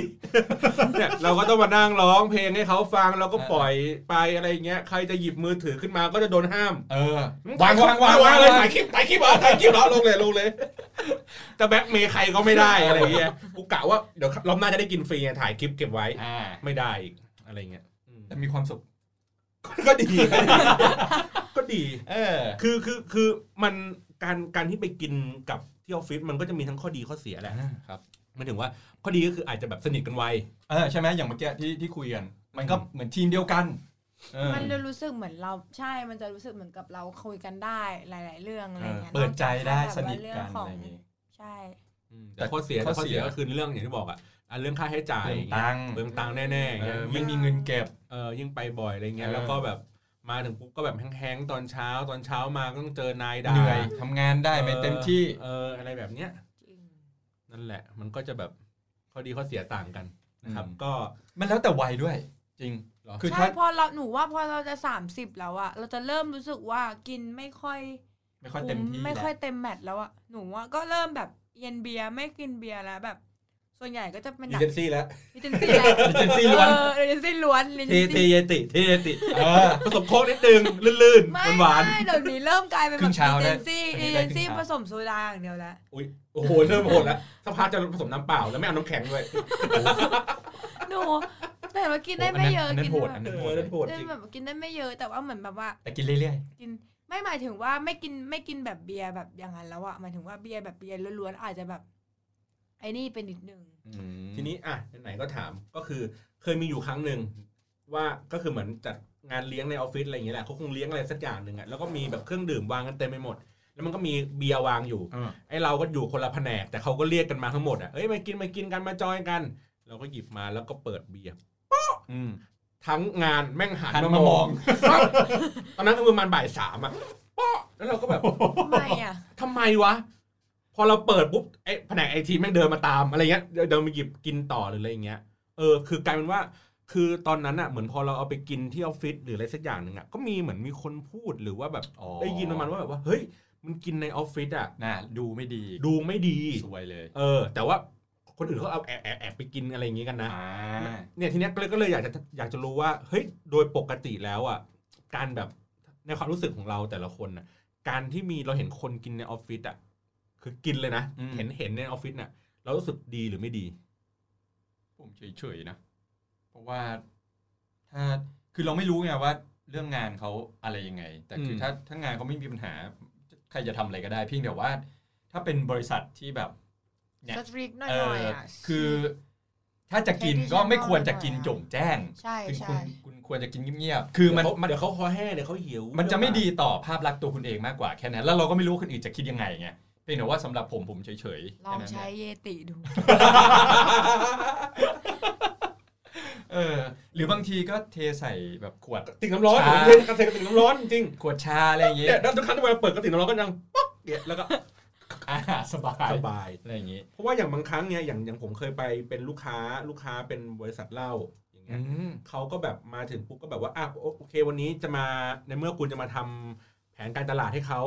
Speaker 2: เนี่ยเราก็ต้องมานั่งร้องเพลงให้เขาฟังเราก็ปล่อยไปอะไรอย่างเงี้ยใครจะหยิบมือถือขึ้นมาก็จะโดนห้าม
Speaker 1: เออวางวางวา
Speaker 2: วาว
Speaker 1: งาง ง
Speaker 2: เล
Speaker 1: เลย ย
Speaker 2: ถ่ายคลิปถ่ายคลิปเหรอถ่ายคลิปเหรอลงเลยลงเลยแต่แบ็คเมย์ใครก็ไม่ได้อะไรเงี้ยกูกะว่าเดี๋ยวรอบหน้าจะได้กินฟรีไงถ่ายคลิปเก็บไว้
Speaker 1: อ่า
Speaker 2: ไม่ได้อีกอะไรเงี้ยอืม
Speaker 1: แต่มีความสุข
Speaker 2: ก็ดี ก็ดี
Speaker 1: เออ
Speaker 2: คือคือคือมันการการที่ไปกินกับที่ออฟฟิศมันก็จะมีทั้งข้อดีข้อเสียแหละ
Speaker 1: ครับ
Speaker 2: หมันถึงว่าข้อดีก็คืออาจจะแบบสนิทกันไว
Speaker 1: เออใช่ไหมอย่างเมื่อกี้ที่ที่คุยกันมันก็เหมือนทีมเดียวกันเออ
Speaker 5: มันจะรู้สึกเหมือนเราใช่ มันจะรู้สึกเหมือนกับเราคุยกันได้หลาย ๆ เรื่องอะไร
Speaker 1: เออ
Speaker 5: เงี้ย
Speaker 1: เปิดใจได้
Speaker 5: อก
Speaker 1: ส
Speaker 5: จาก
Speaker 1: นิท
Speaker 5: แบบว่าเรื่
Speaker 1: กัน
Speaker 5: ข
Speaker 1: อะ
Speaker 5: อง
Speaker 1: ไรอย่างงี้
Speaker 5: ใช่
Speaker 2: แต่ข้อเสีย
Speaker 1: ข้
Speaker 2: แต่
Speaker 1: อ
Speaker 2: ข้อ
Speaker 1: เสีย
Speaker 2: เสียก็คือเรื่องอย่างที่บอกอะอ่ะเรื่องค่าใช้จ่าย
Speaker 1: เติมตังค์
Speaker 2: เบื้องตังค์แน่ๆอย่าง
Speaker 1: เอ
Speaker 2: เงี้ย
Speaker 1: อไม่มีเงินเก็บ
Speaker 2: เออยิ่งไปบ่อยอะไรเงี้ย
Speaker 1: เออ
Speaker 2: แล้วก็แบบมาถึงปุ๊บก็แบบแห้งๆตอนเช้าตอนเช้ามาก็ต้องเจอนายด่า
Speaker 1: เหนื่อยทำงานได้ไม่เต็มที่
Speaker 2: เอออะไรแบบเนี้ย
Speaker 4: จริง
Speaker 2: นั่นแหละ มันก็จะแบบข้อดีข้อเสียต่างกันนะครับ
Speaker 1: อืม
Speaker 2: ก็
Speaker 1: มันแล้วแต่วัยด้วย จริง
Speaker 2: เหรอ
Speaker 1: คือ
Speaker 5: ใช่
Speaker 1: ถ้า
Speaker 5: พอเราหนูว่าพอเราจะสามสิบแล้วอะเราจะเริ่มรู้สึกว่ากินไม่ค่อย
Speaker 1: ไม่ค่อยเต็มที่
Speaker 5: คุ้ไม่
Speaker 1: แหละ
Speaker 5: ค่อยเต็มแมตช์แล้วอะหนูว่าก็เริ่มแบบเอีย็นเบียร์ไม่กินเบียร์แล้วแบบ ส่วนใหญ่ก็จะเป็นห
Speaker 2: อี
Speaker 5: นัง
Speaker 2: เจนซี่แล้ว
Speaker 5: ลิเจนซี่แหละ
Speaker 1: ลิเจนซี่ล้วน
Speaker 5: เออลิเจนซี่ล้วนลิเจ
Speaker 2: เท
Speaker 5: น
Speaker 2: เท
Speaker 5: ซี่
Speaker 2: เยติเทเยติ
Speaker 1: เออ
Speaker 2: ผสมโค้กนิดนึงลื่น
Speaker 5: ไม่
Speaker 2: ๆหวาน
Speaker 5: ไม่เดี๋ยวนี้เริ่มกลายเป็น
Speaker 1: ครึ่
Speaker 5: แบบ
Speaker 1: งเช้า
Speaker 5: ลิ
Speaker 1: ได้
Speaker 5: เจนซี่
Speaker 1: อันนี้
Speaker 5: ลิ
Speaker 1: ได้
Speaker 5: เจนซี่
Speaker 1: ครึ่ง
Speaker 5: ผ
Speaker 1: เช้า
Speaker 5: สมโซดาอย่างเดียวแล้ว
Speaker 2: ๆอุ้ยโอ้โหเริ่มโหดแล้วสักพักจะผสมน้ำเปล่าแล้วไม่เอาน้ำแข็งด้วย
Speaker 5: หนูแต่ว่ากินได้
Speaker 1: โอ้
Speaker 5: ไม่เยอะ
Speaker 1: อันนั้น
Speaker 5: กิ
Speaker 1: โหดอั
Speaker 5: แบบ
Speaker 1: นนั้น
Speaker 2: เออเริ่มโหด
Speaker 5: ได้
Speaker 2: จริง
Speaker 5: แบบกินได้ไม่เยอะแต่ว่าเหมือนแบบว่า
Speaker 1: แต่กินเรื่อย
Speaker 5: กินไม่หมายถึงว่าไม่กินไม่กินแบบเบียร์แบบอย่างนั้นแล้วอะหมายถึงว่าเบียร์แบบเบียร์ล้วนๆอาจจะแบบ ไอ้นี่เป็นนิดนึง
Speaker 1: ๆอืม
Speaker 2: ทีนี้อ่ะไหนๆก็ถามก็คือเคยมีอยู่ครั้งหนึ่งว่าก็คือเหมือนจัดงานเลี้ยงในออฟฟิศอะไรอย่างเงี้ยแหละเขาคงเลี้ยงอะไรสักอย่างหนึ่งอะแล้วก็มีแบบเครื่องดื่มวางกันเต็มไปหมด แล้วมันก็มีเบียร์วางอยู่
Speaker 1: เออ
Speaker 2: ไอเราก็อยู่คนละแผนก แต่เขาก็เรียกกันมาทั้งหมดอ่ะเอ้ยมากินมากินกันมาจอยกัน เราก็หยิบมาแล้วก็เปิดเบียร์
Speaker 1: อืม
Speaker 2: ทั้งงานแม่งหัน
Speaker 1: หั
Speaker 2: มาม
Speaker 1: นาม ม
Speaker 2: อ
Speaker 1: อง ง
Speaker 2: ปั๊บตอนนั้นก็ประมาณบ่ายสามอ่ะป๊อกแล้วเราก็แบบ
Speaker 5: ทำไมอะ
Speaker 2: ทำไมวะ พอเราเปิดปุ๊บไอแผนกไอทีแม่งเดินมาตามอะไรเงี้ยเดินมาหยิบกินต่อหรืออะไรเงี้ยเออคือกลายเป็นว่า คือตอนนั้นอ่ะเหมือนพอเราเอาไปกินที่ออฟฟิศหรืออะไรสักอย่างหนึ่งอ่ะก็มีเหมือนมีคนพูดหรือว่าแบบ
Speaker 1: อ๋อ
Speaker 2: ได้ยินประมาณว่าแบบว่าเฮ้ยมันกินในออฟฟิศอ่ะ
Speaker 1: น่ะดูไม่ดี
Speaker 2: ดูไม่ดี
Speaker 1: สวยเลย
Speaker 2: เออ แต่ว่าคนอื่นเขาเอาแอบแอบแอบไปกินอะไรอย่างงี้กันนะ
Speaker 1: อ่า
Speaker 2: เนี่ยทีเนี้ยก็เลยก็เลยอยากจะอยากจะรู้ว่าเฮ้ยโดยปกติแล้วอ่ะการแบบในความรู้สึกของเราแต่ละคนน่ะการที่มีเราเห็นคนกินในออฟฟิศอ่ะคือกินเลยนะเห็นเห็นในออฟฟิศน่ะเรารู้สึกดีหรือไม่ดี
Speaker 1: ผมเฉยๆนะ เพราะว่าถ้าคือเราไม่รู้ไงว่า เรื่องงานเขาอะไรยังไง แต่คืออ
Speaker 2: ม
Speaker 1: ถ้าถ้างานเขาไม่มีปัญหา ใครจะทำอะไรก็ได้เพียงแต่ว่า ถ้าเป็นบริษัทที่แบบ เนี่ย
Speaker 5: สตรีกหน่
Speaker 1: เอ
Speaker 5: อย
Speaker 1: อ
Speaker 5: ๆอ่ะ
Speaker 1: คือถ้าจะกินก็ไม่ควรจะกินโจ่งแจ้ง
Speaker 5: ใช่
Speaker 1: คือคุ
Speaker 5: ใช่
Speaker 1: ณคุณควรจะกินเงียบๆคือมัน
Speaker 2: เดี๋ยวเขาเดี๋ยวเขาคอแห้งเดี๋ยวเขาหิว
Speaker 1: มันจะไม่ดีต่อภาพลักษณ์ตัวคุณเองมากกว่าแค่นั้น แล้วเราก็ไม่รู้คนอื่นจะคิดยังไงไงเพียงแต่ว่าสำหรับผมผมเฉยๆ
Speaker 5: ล
Speaker 1: แค่
Speaker 5: อง
Speaker 1: นั้น
Speaker 5: ใช้เยติดู
Speaker 1: เออ หรือบางทีก็เทใส่แบบขวด
Speaker 2: ติ่งน้ำร้อน
Speaker 1: ชา
Speaker 2: เดี๋ยวกระเทยกระติ่งน้ำร้อนจริง
Speaker 1: ขวดชาอะไรอย่าง
Speaker 2: ๆ
Speaker 1: เงี้
Speaker 2: เนี่ย ยแล้วทุกครั้งที่เวลาเปิดกระติ่งน้ำร้อนก็ยังป๊อกเนี่ยแล้วก็
Speaker 1: อ่าสบาย
Speaker 2: สบาย
Speaker 1: อะไรอย่างงี้
Speaker 2: เพราะว่าอย่างบางครั้งเนี่ยอย่างอย่างผมเคยไปเป็นลูกค้าลูกค้าเป็นบริษัทเหล้าอย่างเงี้
Speaker 1: อื
Speaker 2: ย
Speaker 1: ม
Speaker 2: เขาก็แบบมาถึงปุ๊บก็แบบว่าอ่ะโอโอเค วันนี้จะมาในเมื่อคุณจะมาทำแผนการตลาดให้เขา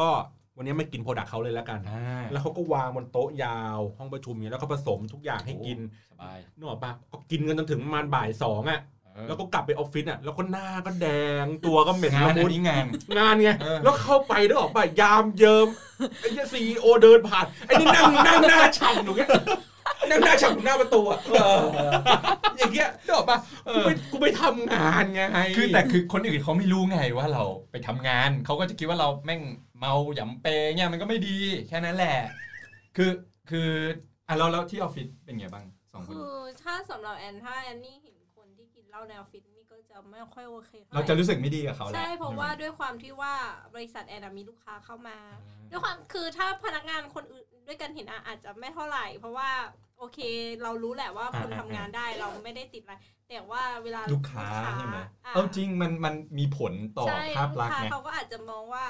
Speaker 2: ก็วันนี้มากินโปรดักต์เขาเลยแล้วกัน
Speaker 1: อ่า
Speaker 2: แล้วเขาก็วางบนโต๊ะยาวห้องประชุมเนี่ยแล้วก็ผสมทุกอย่างให้กิน
Speaker 1: สบาย
Speaker 2: นึกออกปะก็กินกันจนถึงประมาณบ่ายสองอ่ะ
Speaker 1: เออ
Speaker 2: แล้วก็กลับไปออฟฟิศอ่ะแล้วก็หน้าก็แดงตัวก็เหม็น
Speaker 1: งาน
Speaker 2: ละ
Speaker 1: อั
Speaker 2: มุ
Speaker 1: น
Speaker 2: น
Speaker 1: นี้งาน
Speaker 2: งานไง
Speaker 1: เออ
Speaker 2: แล้วเข้าไปนึกออกปะยามเยิมไอ้ซีโอเดินผ่านไอ้นี่นั่งนั่งหน้าฉ่ำหนูเงี้ยนั่งหน้าฉ่ำอยู่หน้าประตูอะเอออย่างเงี้ยนึกออกปะ
Speaker 1: เออ
Speaker 2: กูไปกูไปทำงานไง
Speaker 1: คือแต่คือคนอื่นเขาไม่รู้ไงว่าเราไปทำงานเขาก็จะคิดว่าเราแม่งเมาหยำเปงเนี่ยมันก็ไม่ดีแค่นั้นแหละ คือคืออ่ะแล้วแล้วที่ออฟฟิศเป็นไงบ้างสองคน
Speaker 3: คื
Speaker 1: นี้
Speaker 3: อถ้าสำหรับแอนถ้าแอนนี่เห็นคนที่กินเหล้าในออฟฟิศนี่ก็จะไม่ค่อยโอเคท่ไห
Speaker 1: เราจะรู้สึกไม่ดีกับเขาแหละ
Speaker 3: ใช่เพราะว่าด้วยความที่ว่าบริษัทแอนอะมีลูกค้าเข้ามา ด้วยความคือถ้าพนักงานคนอื่นด้วยกันเห็นอะอาจจะไม่เท่าไหร่ เพราะว่าโอเคเรารู้แหละว่าคุณทำงานได้เราไม่ได้ติดอะไรแต่ว่าเวลา
Speaker 1: ลูกค้าใช่ไหม
Speaker 3: ะ
Speaker 1: เอาจริงมันมันมีผลต่อ
Speaker 3: ใช่
Speaker 1: ภาพลักษณ์
Speaker 3: ลู
Speaker 1: ไง
Speaker 3: เขาก็อาจจะมองว่า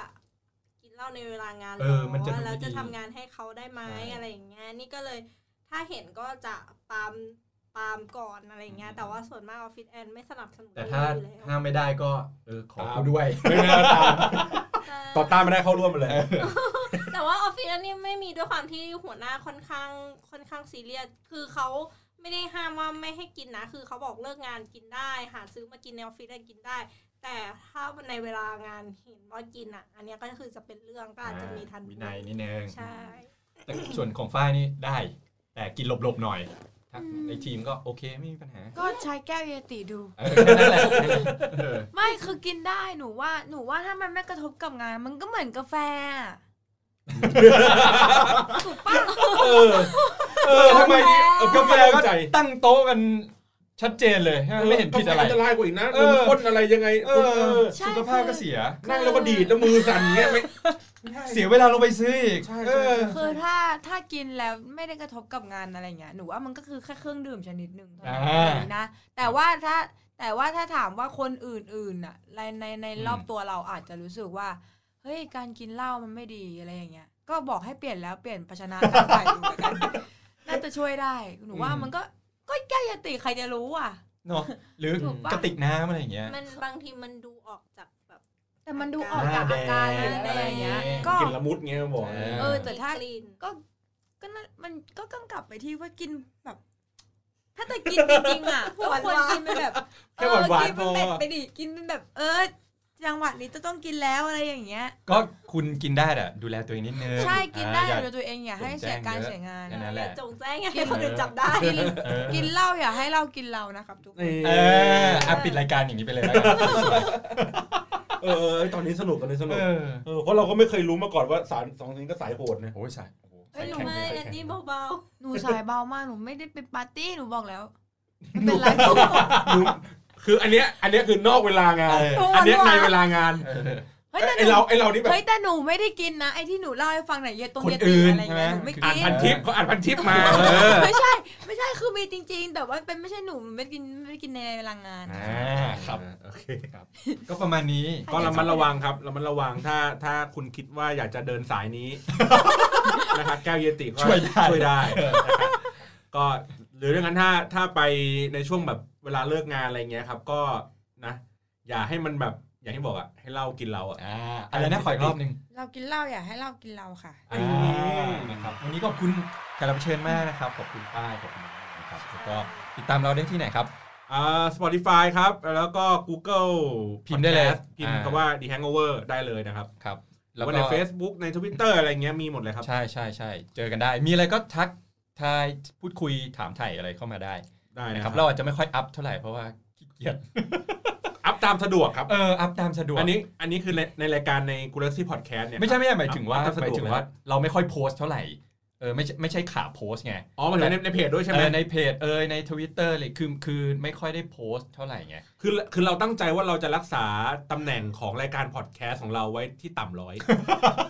Speaker 3: กินเหล้าในเวลางาน
Speaker 1: เออมันจะดู
Speaker 3: ว่า
Speaker 1: ไม่
Speaker 3: เรา
Speaker 1: ดี
Speaker 3: จะทำงานให้เขาได้ไหม
Speaker 1: ใช่
Speaker 3: อะไรอย่างเงี้ยนี่ก็เลยถ้าเห็นก็จะปาล์มปาล์มก่อนอะไรอย่างเงี้ย
Speaker 1: อืม
Speaker 3: แต่ว่าส่วนมากออฟฟิศแอนไม่สนับสนุน
Speaker 1: แต่ถ้า
Speaker 3: อยู่แล้ว
Speaker 1: ห้ามไม่ได้ก็เออขอกูด้วย
Speaker 2: ไม่ได้ตาม
Speaker 3: ใช่
Speaker 2: ต่อต้านไม่ได้เข้าร่วมมาเลย
Speaker 3: แต่ว่าออฟฟิศอันนี้ไม่มีด้วยความที่หัวหน้าค่อนข้างค่อนข้างซีเรียส คือเขาไม่ได้ห้ามว่าไม่ให้กินนะ คือเขาบอกเลิกงานกินได้ หาซื้อมากินในออฟฟิศได้กินได้ แต่ถ้าในเวลางานเห็นว่ากินอ่ะ อันเนี้ยก็คือจะเป็นเรื่องก็อาจจะมีทัน
Speaker 1: วินัยนิดนึง
Speaker 3: ใช่
Speaker 1: แต่ส่วนของฝ้ายนี่ได้ แต่กินหลบๆหน่อยถ้าในทีมก็โอเคไม่มีปัญหา
Speaker 5: ก็ใช้แก้วเยติดู
Speaker 1: เออแค่นั้นแหละเออ
Speaker 5: ไม่คือกินได้หนูว่าหนูว่าถ้ามันไม่กระทบกับงาน มันก็เหมือนกาแฟ อะถูกปะ
Speaker 2: เออ เออทำไมเออ
Speaker 1: าก
Speaker 2: กา
Speaker 1: แฟ
Speaker 2: แฟ
Speaker 1: ก็
Speaker 2: ก็ใจ
Speaker 1: ตั้งโต๊ะกันชัดเจนเลยไม่เห็นผิดอะไร
Speaker 2: กาแฟอันตรายกว่าอีกนะ
Speaker 1: เอ
Speaker 2: ล
Speaker 1: อ
Speaker 2: มข้นอะไรยังไง
Speaker 1: เอ
Speaker 2: เอ
Speaker 1: อ
Speaker 2: อ
Speaker 1: สุขภาพก็เสีย
Speaker 2: นั่งแล้วก็ดีดแล้วมือสั่นเงี้ยไม่
Speaker 1: เสียเวลาลงไปซื้ออีก
Speaker 2: ใช่
Speaker 1: เอ
Speaker 2: ใช่
Speaker 1: อ
Speaker 2: ใช่
Speaker 5: คือถ้าถ้ากินแล้วไม่ได้กระทบกับงานอะไรเงี้ยหนูว่ามันก็คือแค่เครื่องดื่มชนิดหนึ่งเท่านั้น
Speaker 1: อ่า
Speaker 5: เองนะแต่ว่าถ้าแต่ว่าถ้าถามว่าคนอื่นๆน่ะในในในรอบ
Speaker 1: อืม
Speaker 5: ตัวเราอาจจะรู้สึกว่าเฮ้ยการกินเหล้ามันไม่ดีอะไรอย่างเงี้ยก็บอกให้เปลี่ยนแล้วเปลี่ยนภาชนะตั้งใส่ดูแล้ว กันน่าจะช่วยได้หนูว่ามันก็ก็แก้ยติใครจะรู้อ่ะ
Speaker 1: เนาะหรือ
Speaker 5: ถูกปะ
Speaker 1: กระติกน้ำอะไรอย่างเงี้ย
Speaker 3: มันบางทีมันดูออกจากแบบ
Speaker 5: แต่มันดูออกจากอาการหรืออะไรอย่างเงี้ย
Speaker 1: หน้าแดง
Speaker 5: ก็
Speaker 2: กินละมุดเงี้ยบอก
Speaker 5: เออแต่ถ้า
Speaker 3: กลิ่น
Speaker 5: ก็ก็นั่นมันก็กำกับไปที่ว่ากินแบบ ถ้าแต่กินจริงๆอ่ะ
Speaker 4: ห
Speaker 5: ก็
Speaker 4: วานๆ
Speaker 5: ควรกินเป็นแบบ
Speaker 2: แค่หวานๆ
Speaker 5: เออกินเป็นแบบ
Speaker 2: พอ
Speaker 5: ไปดิกินเป็นแบบ เออจังหวะนี้จะต้องกินแล้วอะไรอย่างเงี้ย
Speaker 1: ก็คุณกินได้อะดูแลตัวเองนิดนึง
Speaker 5: ใช่กินได้
Speaker 1: อ่าอย่า
Speaker 5: โดยตัวเองอย่าให้เสียการเสียงาน
Speaker 1: แค่นั้นแหละ
Speaker 3: จงแจ้งไง
Speaker 5: กิน
Speaker 3: ให้คนอื่นจับได้
Speaker 5: กิน
Speaker 1: เออ
Speaker 5: กินเหล้าอย่าให้เหล้ากินเรานะครับทุกคน
Speaker 1: เอออ่ะปิดรายการอย่างนี้ไปเลยแล้วกัน
Speaker 2: เออเออตอนนี้สนุกตอนนี้สนุก
Speaker 1: เออ
Speaker 2: เออเพราะเราก็ไม่เคยรู้มาก่อนว่าสารสองสิ่งก็สายโหดนะ
Speaker 1: โอ้ยสายโอ้โห
Speaker 5: เอ้ยหนู
Speaker 1: แข็ง
Speaker 3: ไม่แอนนี่เบา
Speaker 5: หนูสายเบามากหนูไม่ได้ไปปาร์ตี้หนูบอกแล้วไม่เป็นไร
Speaker 2: คืออันเนี้ยอันเนี้ยคือนอกเวลางาน
Speaker 1: เออ
Speaker 2: อันเนี้ยในเวลางาน
Speaker 1: เออ
Speaker 5: เฮ้ยแต่ห
Speaker 2: ไอ
Speaker 5: นู
Speaker 2: เราไอเรานี่แบบ
Speaker 5: เฮ้ยแต่หนูไม่ได้กินนะไอที่หนูเล่าให้ฟังไหนยเยตรง
Speaker 1: คน
Speaker 5: เย
Speaker 1: อื่
Speaker 5: ตี
Speaker 1: น
Speaker 5: อะไรอย่างเงี้ย
Speaker 1: ใช่ไหม
Speaker 5: หนูไม่
Speaker 2: อ่าน
Speaker 5: กิน
Speaker 2: พันทิปเขาอ่านพันทิปมาเออ
Speaker 5: ไม่ใช่ ไม่ใช่คือมีจริง ๆ แต่ว่าเป็นไม่ใช่หนูหนูไม่ได้กินไม่ได้กินในเวลางาน
Speaker 1: อ่าครับ
Speaker 2: โอเค
Speaker 1: ก็ประมาณนี้
Speaker 2: ก็ระมัดระวังครับระมัดระวังถ้าถ้าคุณคิดว่าอยากจะเดินสาย นี้ นะครับแก้วเยติก็
Speaker 1: ช่วยได้
Speaker 2: ช่วยได้นะครับก็หรือดังนั้นถ้าถ้าไปในช่วงแบบเ เวลาเลิกงานอะไรเงี้ยครับ ก็นะ อย่าให้มันแบบอย่างที่บอกอะให้เหล้ากินเราอะ
Speaker 1: อ่าอะไรนะขออีกรอบหนึ่ง
Speaker 6: เรากินเหล้าอย่าให้เหล้ากินเราค่ะ
Speaker 1: อ่านะครับวันนี้ขอบคุณแขกรับเชิญมากนะครับ ขอบคุณป้ายขอบคุณมากนะครับแล้วก็ติดตามเราได้ที่ไหนครับ
Speaker 2: อ่า Spotify ครับ แล้วก็ Google
Speaker 1: พิมพ์ได้เลย
Speaker 2: Podcast พิมพ์คำว่า The Hangover ได้เลยนะครับ
Speaker 1: ครับ
Speaker 2: หรือว่าใน Facebook ใน Twitter อะไรเงี้ยมีหมดเลยครับ
Speaker 1: ใช่ใช่ใช่เจอกันได้ มีอะไรก็ทักทายพูดคุยถามไถ่อะไรเข้ามาได้
Speaker 2: ได้นะ
Speaker 1: นะ
Speaker 2: ค
Speaker 1: ค
Speaker 2: รั
Speaker 1: รั
Speaker 2: บบ
Speaker 1: เราอาจจะไม่ค่อยอัพเท่าไหร่เพราะว่าขี้เกียจ
Speaker 2: อัพตามสะดวกครับ
Speaker 1: เอออัพตามสะดวก
Speaker 2: อันนี้อันนี้คือในในรายการใน g u l a x y Podcast เนี่ย
Speaker 1: ไม่ใช่ไม่ใช่หมายถึงว่า
Speaker 2: อัพตาม
Speaker 1: ห
Speaker 2: สะด
Speaker 1: มา
Speaker 2: วก
Speaker 1: ยถึงว่าเราไม่ค่อยโพสต์เท่าไหร่เออไม่ใช่ไม่ใช่ขาโพสต์ไง
Speaker 2: อ๋อหมายถึงในในเพจด้วยใช่ไห
Speaker 1: เอ
Speaker 2: ม
Speaker 1: อในเพจเอยใน Twitter เลยคือคือไม่ค่อยได้โพสต์เท่าไหร่ไง
Speaker 2: คือคือเราตั้งใจว่าเราจะรักษาตำแหน่งของรายการพอดแคสต์ของเราไว้ที่ ต่ำร้อย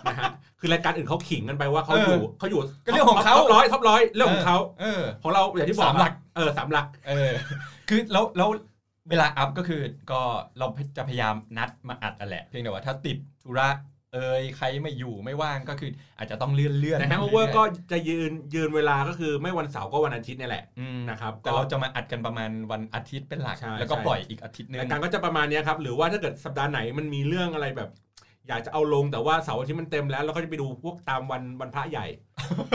Speaker 2: นะฮะคือรายการอื่นเขาขิงกันไปว่าเขา
Speaker 1: เออ
Speaker 2: อ
Speaker 1: อยู่
Speaker 2: เขาอยู่
Speaker 1: ก็เรื่องของเขา
Speaker 2: ท็อปร้อยท็อปร้อยเรื่องของเขา
Speaker 1: เออ
Speaker 2: ของเราอย่างที่บอก
Speaker 1: สามหลัก
Speaker 2: เออ สามหลัก
Speaker 1: เออ คือแล้วแล้วเวลาอัพก็คือก็เราจะพยายามนัดมาอัดอะแหละ เพียงแต่ว่าถ้าติดธุระเอยใครไม่อยู่ไม่ว่างก็คืออาจจะต้องเลื่อนเลื่อน
Speaker 2: แต่แฮงเวอร์ก็จะยืนยืนเวลาก็คือไม่วันเสาร์ก็วันอาทิตย์เนี่ยแหละ นะครับ
Speaker 1: แต่เราจะมาอัดกันประมาณวันอาทิตย์เป็นหลัก
Speaker 2: ใช่
Speaker 1: แล้วก็
Speaker 2: ใช่
Speaker 1: ปล่อยอีกอาทิตย์หนึง
Speaker 2: รายการก็จะประมาณเนี้ยครับหรือว่าถ้าเกิดสัปดาห์ไหนมันมีเรื่องอะไรแบบ อยากจะเอาลงแต่ว่าเสาร์อาทิตย์มันเต็มแล้วเราก็จะไปดูพวกตามวันวันพระใหญ่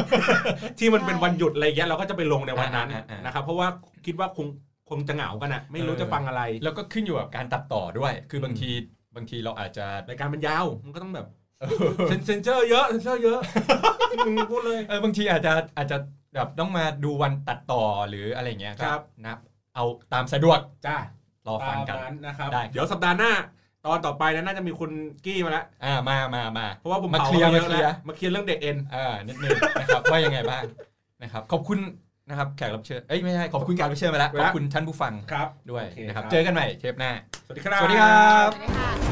Speaker 2: ที่มันเป็นวันหยุดอะไรเงี้ยเราก็จะไปลงในวันนั้นนะครับเพราะว่าคิดว่าคงคงจะเหงากันอะไม่รู้จะฟังอะไร
Speaker 1: แล้วก็ขึ้นอยู่กับการตัดต่อด้วย คือบางทีบางทีเราอาจจะ
Speaker 2: รายการมันยาวมันก็ต้อง แบบ
Speaker 1: เออ
Speaker 2: เซ็นเซนเซอร์เยอะเซ็นเซอร์เยอะ มึงพูดเลย
Speaker 1: เออบางทีอาจจะอาจจะแบบต้องมาดูวันตัดต่อหรืออะไรเงี้ยก็
Speaker 2: ครับ
Speaker 1: นับเอาตามสะดวก
Speaker 2: จ้าร
Speaker 1: อฟังกัน
Speaker 2: ตามนะครับ
Speaker 1: ได้
Speaker 2: เดี๋ยวสัปดาห์หน้า ตอนต่อไปนะน่าจะมีคุณกี้มาแล้ว
Speaker 1: อ่ามามามา
Speaker 2: เพราะว่าผม
Speaker 1: มา
Speaker 2: ผ
Speaker 1: เคลียร์
Speaker 2: ไป
Speaker 1: มา
Speaker 2: อะ
Speaker 1: เคลีย
Speaker 2: แล้
Speaker 1: ร์
Speaker 2: วมาเคลียร์เรื่องเด็กเอ็น
Speaker 1: อ่านิดนึงนะครับ ว่ายังไงบ้างนะครับขอบคุณนะครับแขกรับเชิญเอ้ยไม่ใช่ขอบคุณแขกรับเชิญไปแล้ว
Speaker 2: ครับ
Speaker 1: ขอบคุณท่านผู้ฟัง
Speaker 2: ครับ
Speaker 1: ด้วย
Speaker 2: โอเ
Speaker 1: นะครับ เจอกันใหม่เทปหน้า
Speaker 2: สวัสดีครับ
Speaker 1: สวัสดีครับ
Speaker 4: สวัสดีค่ะ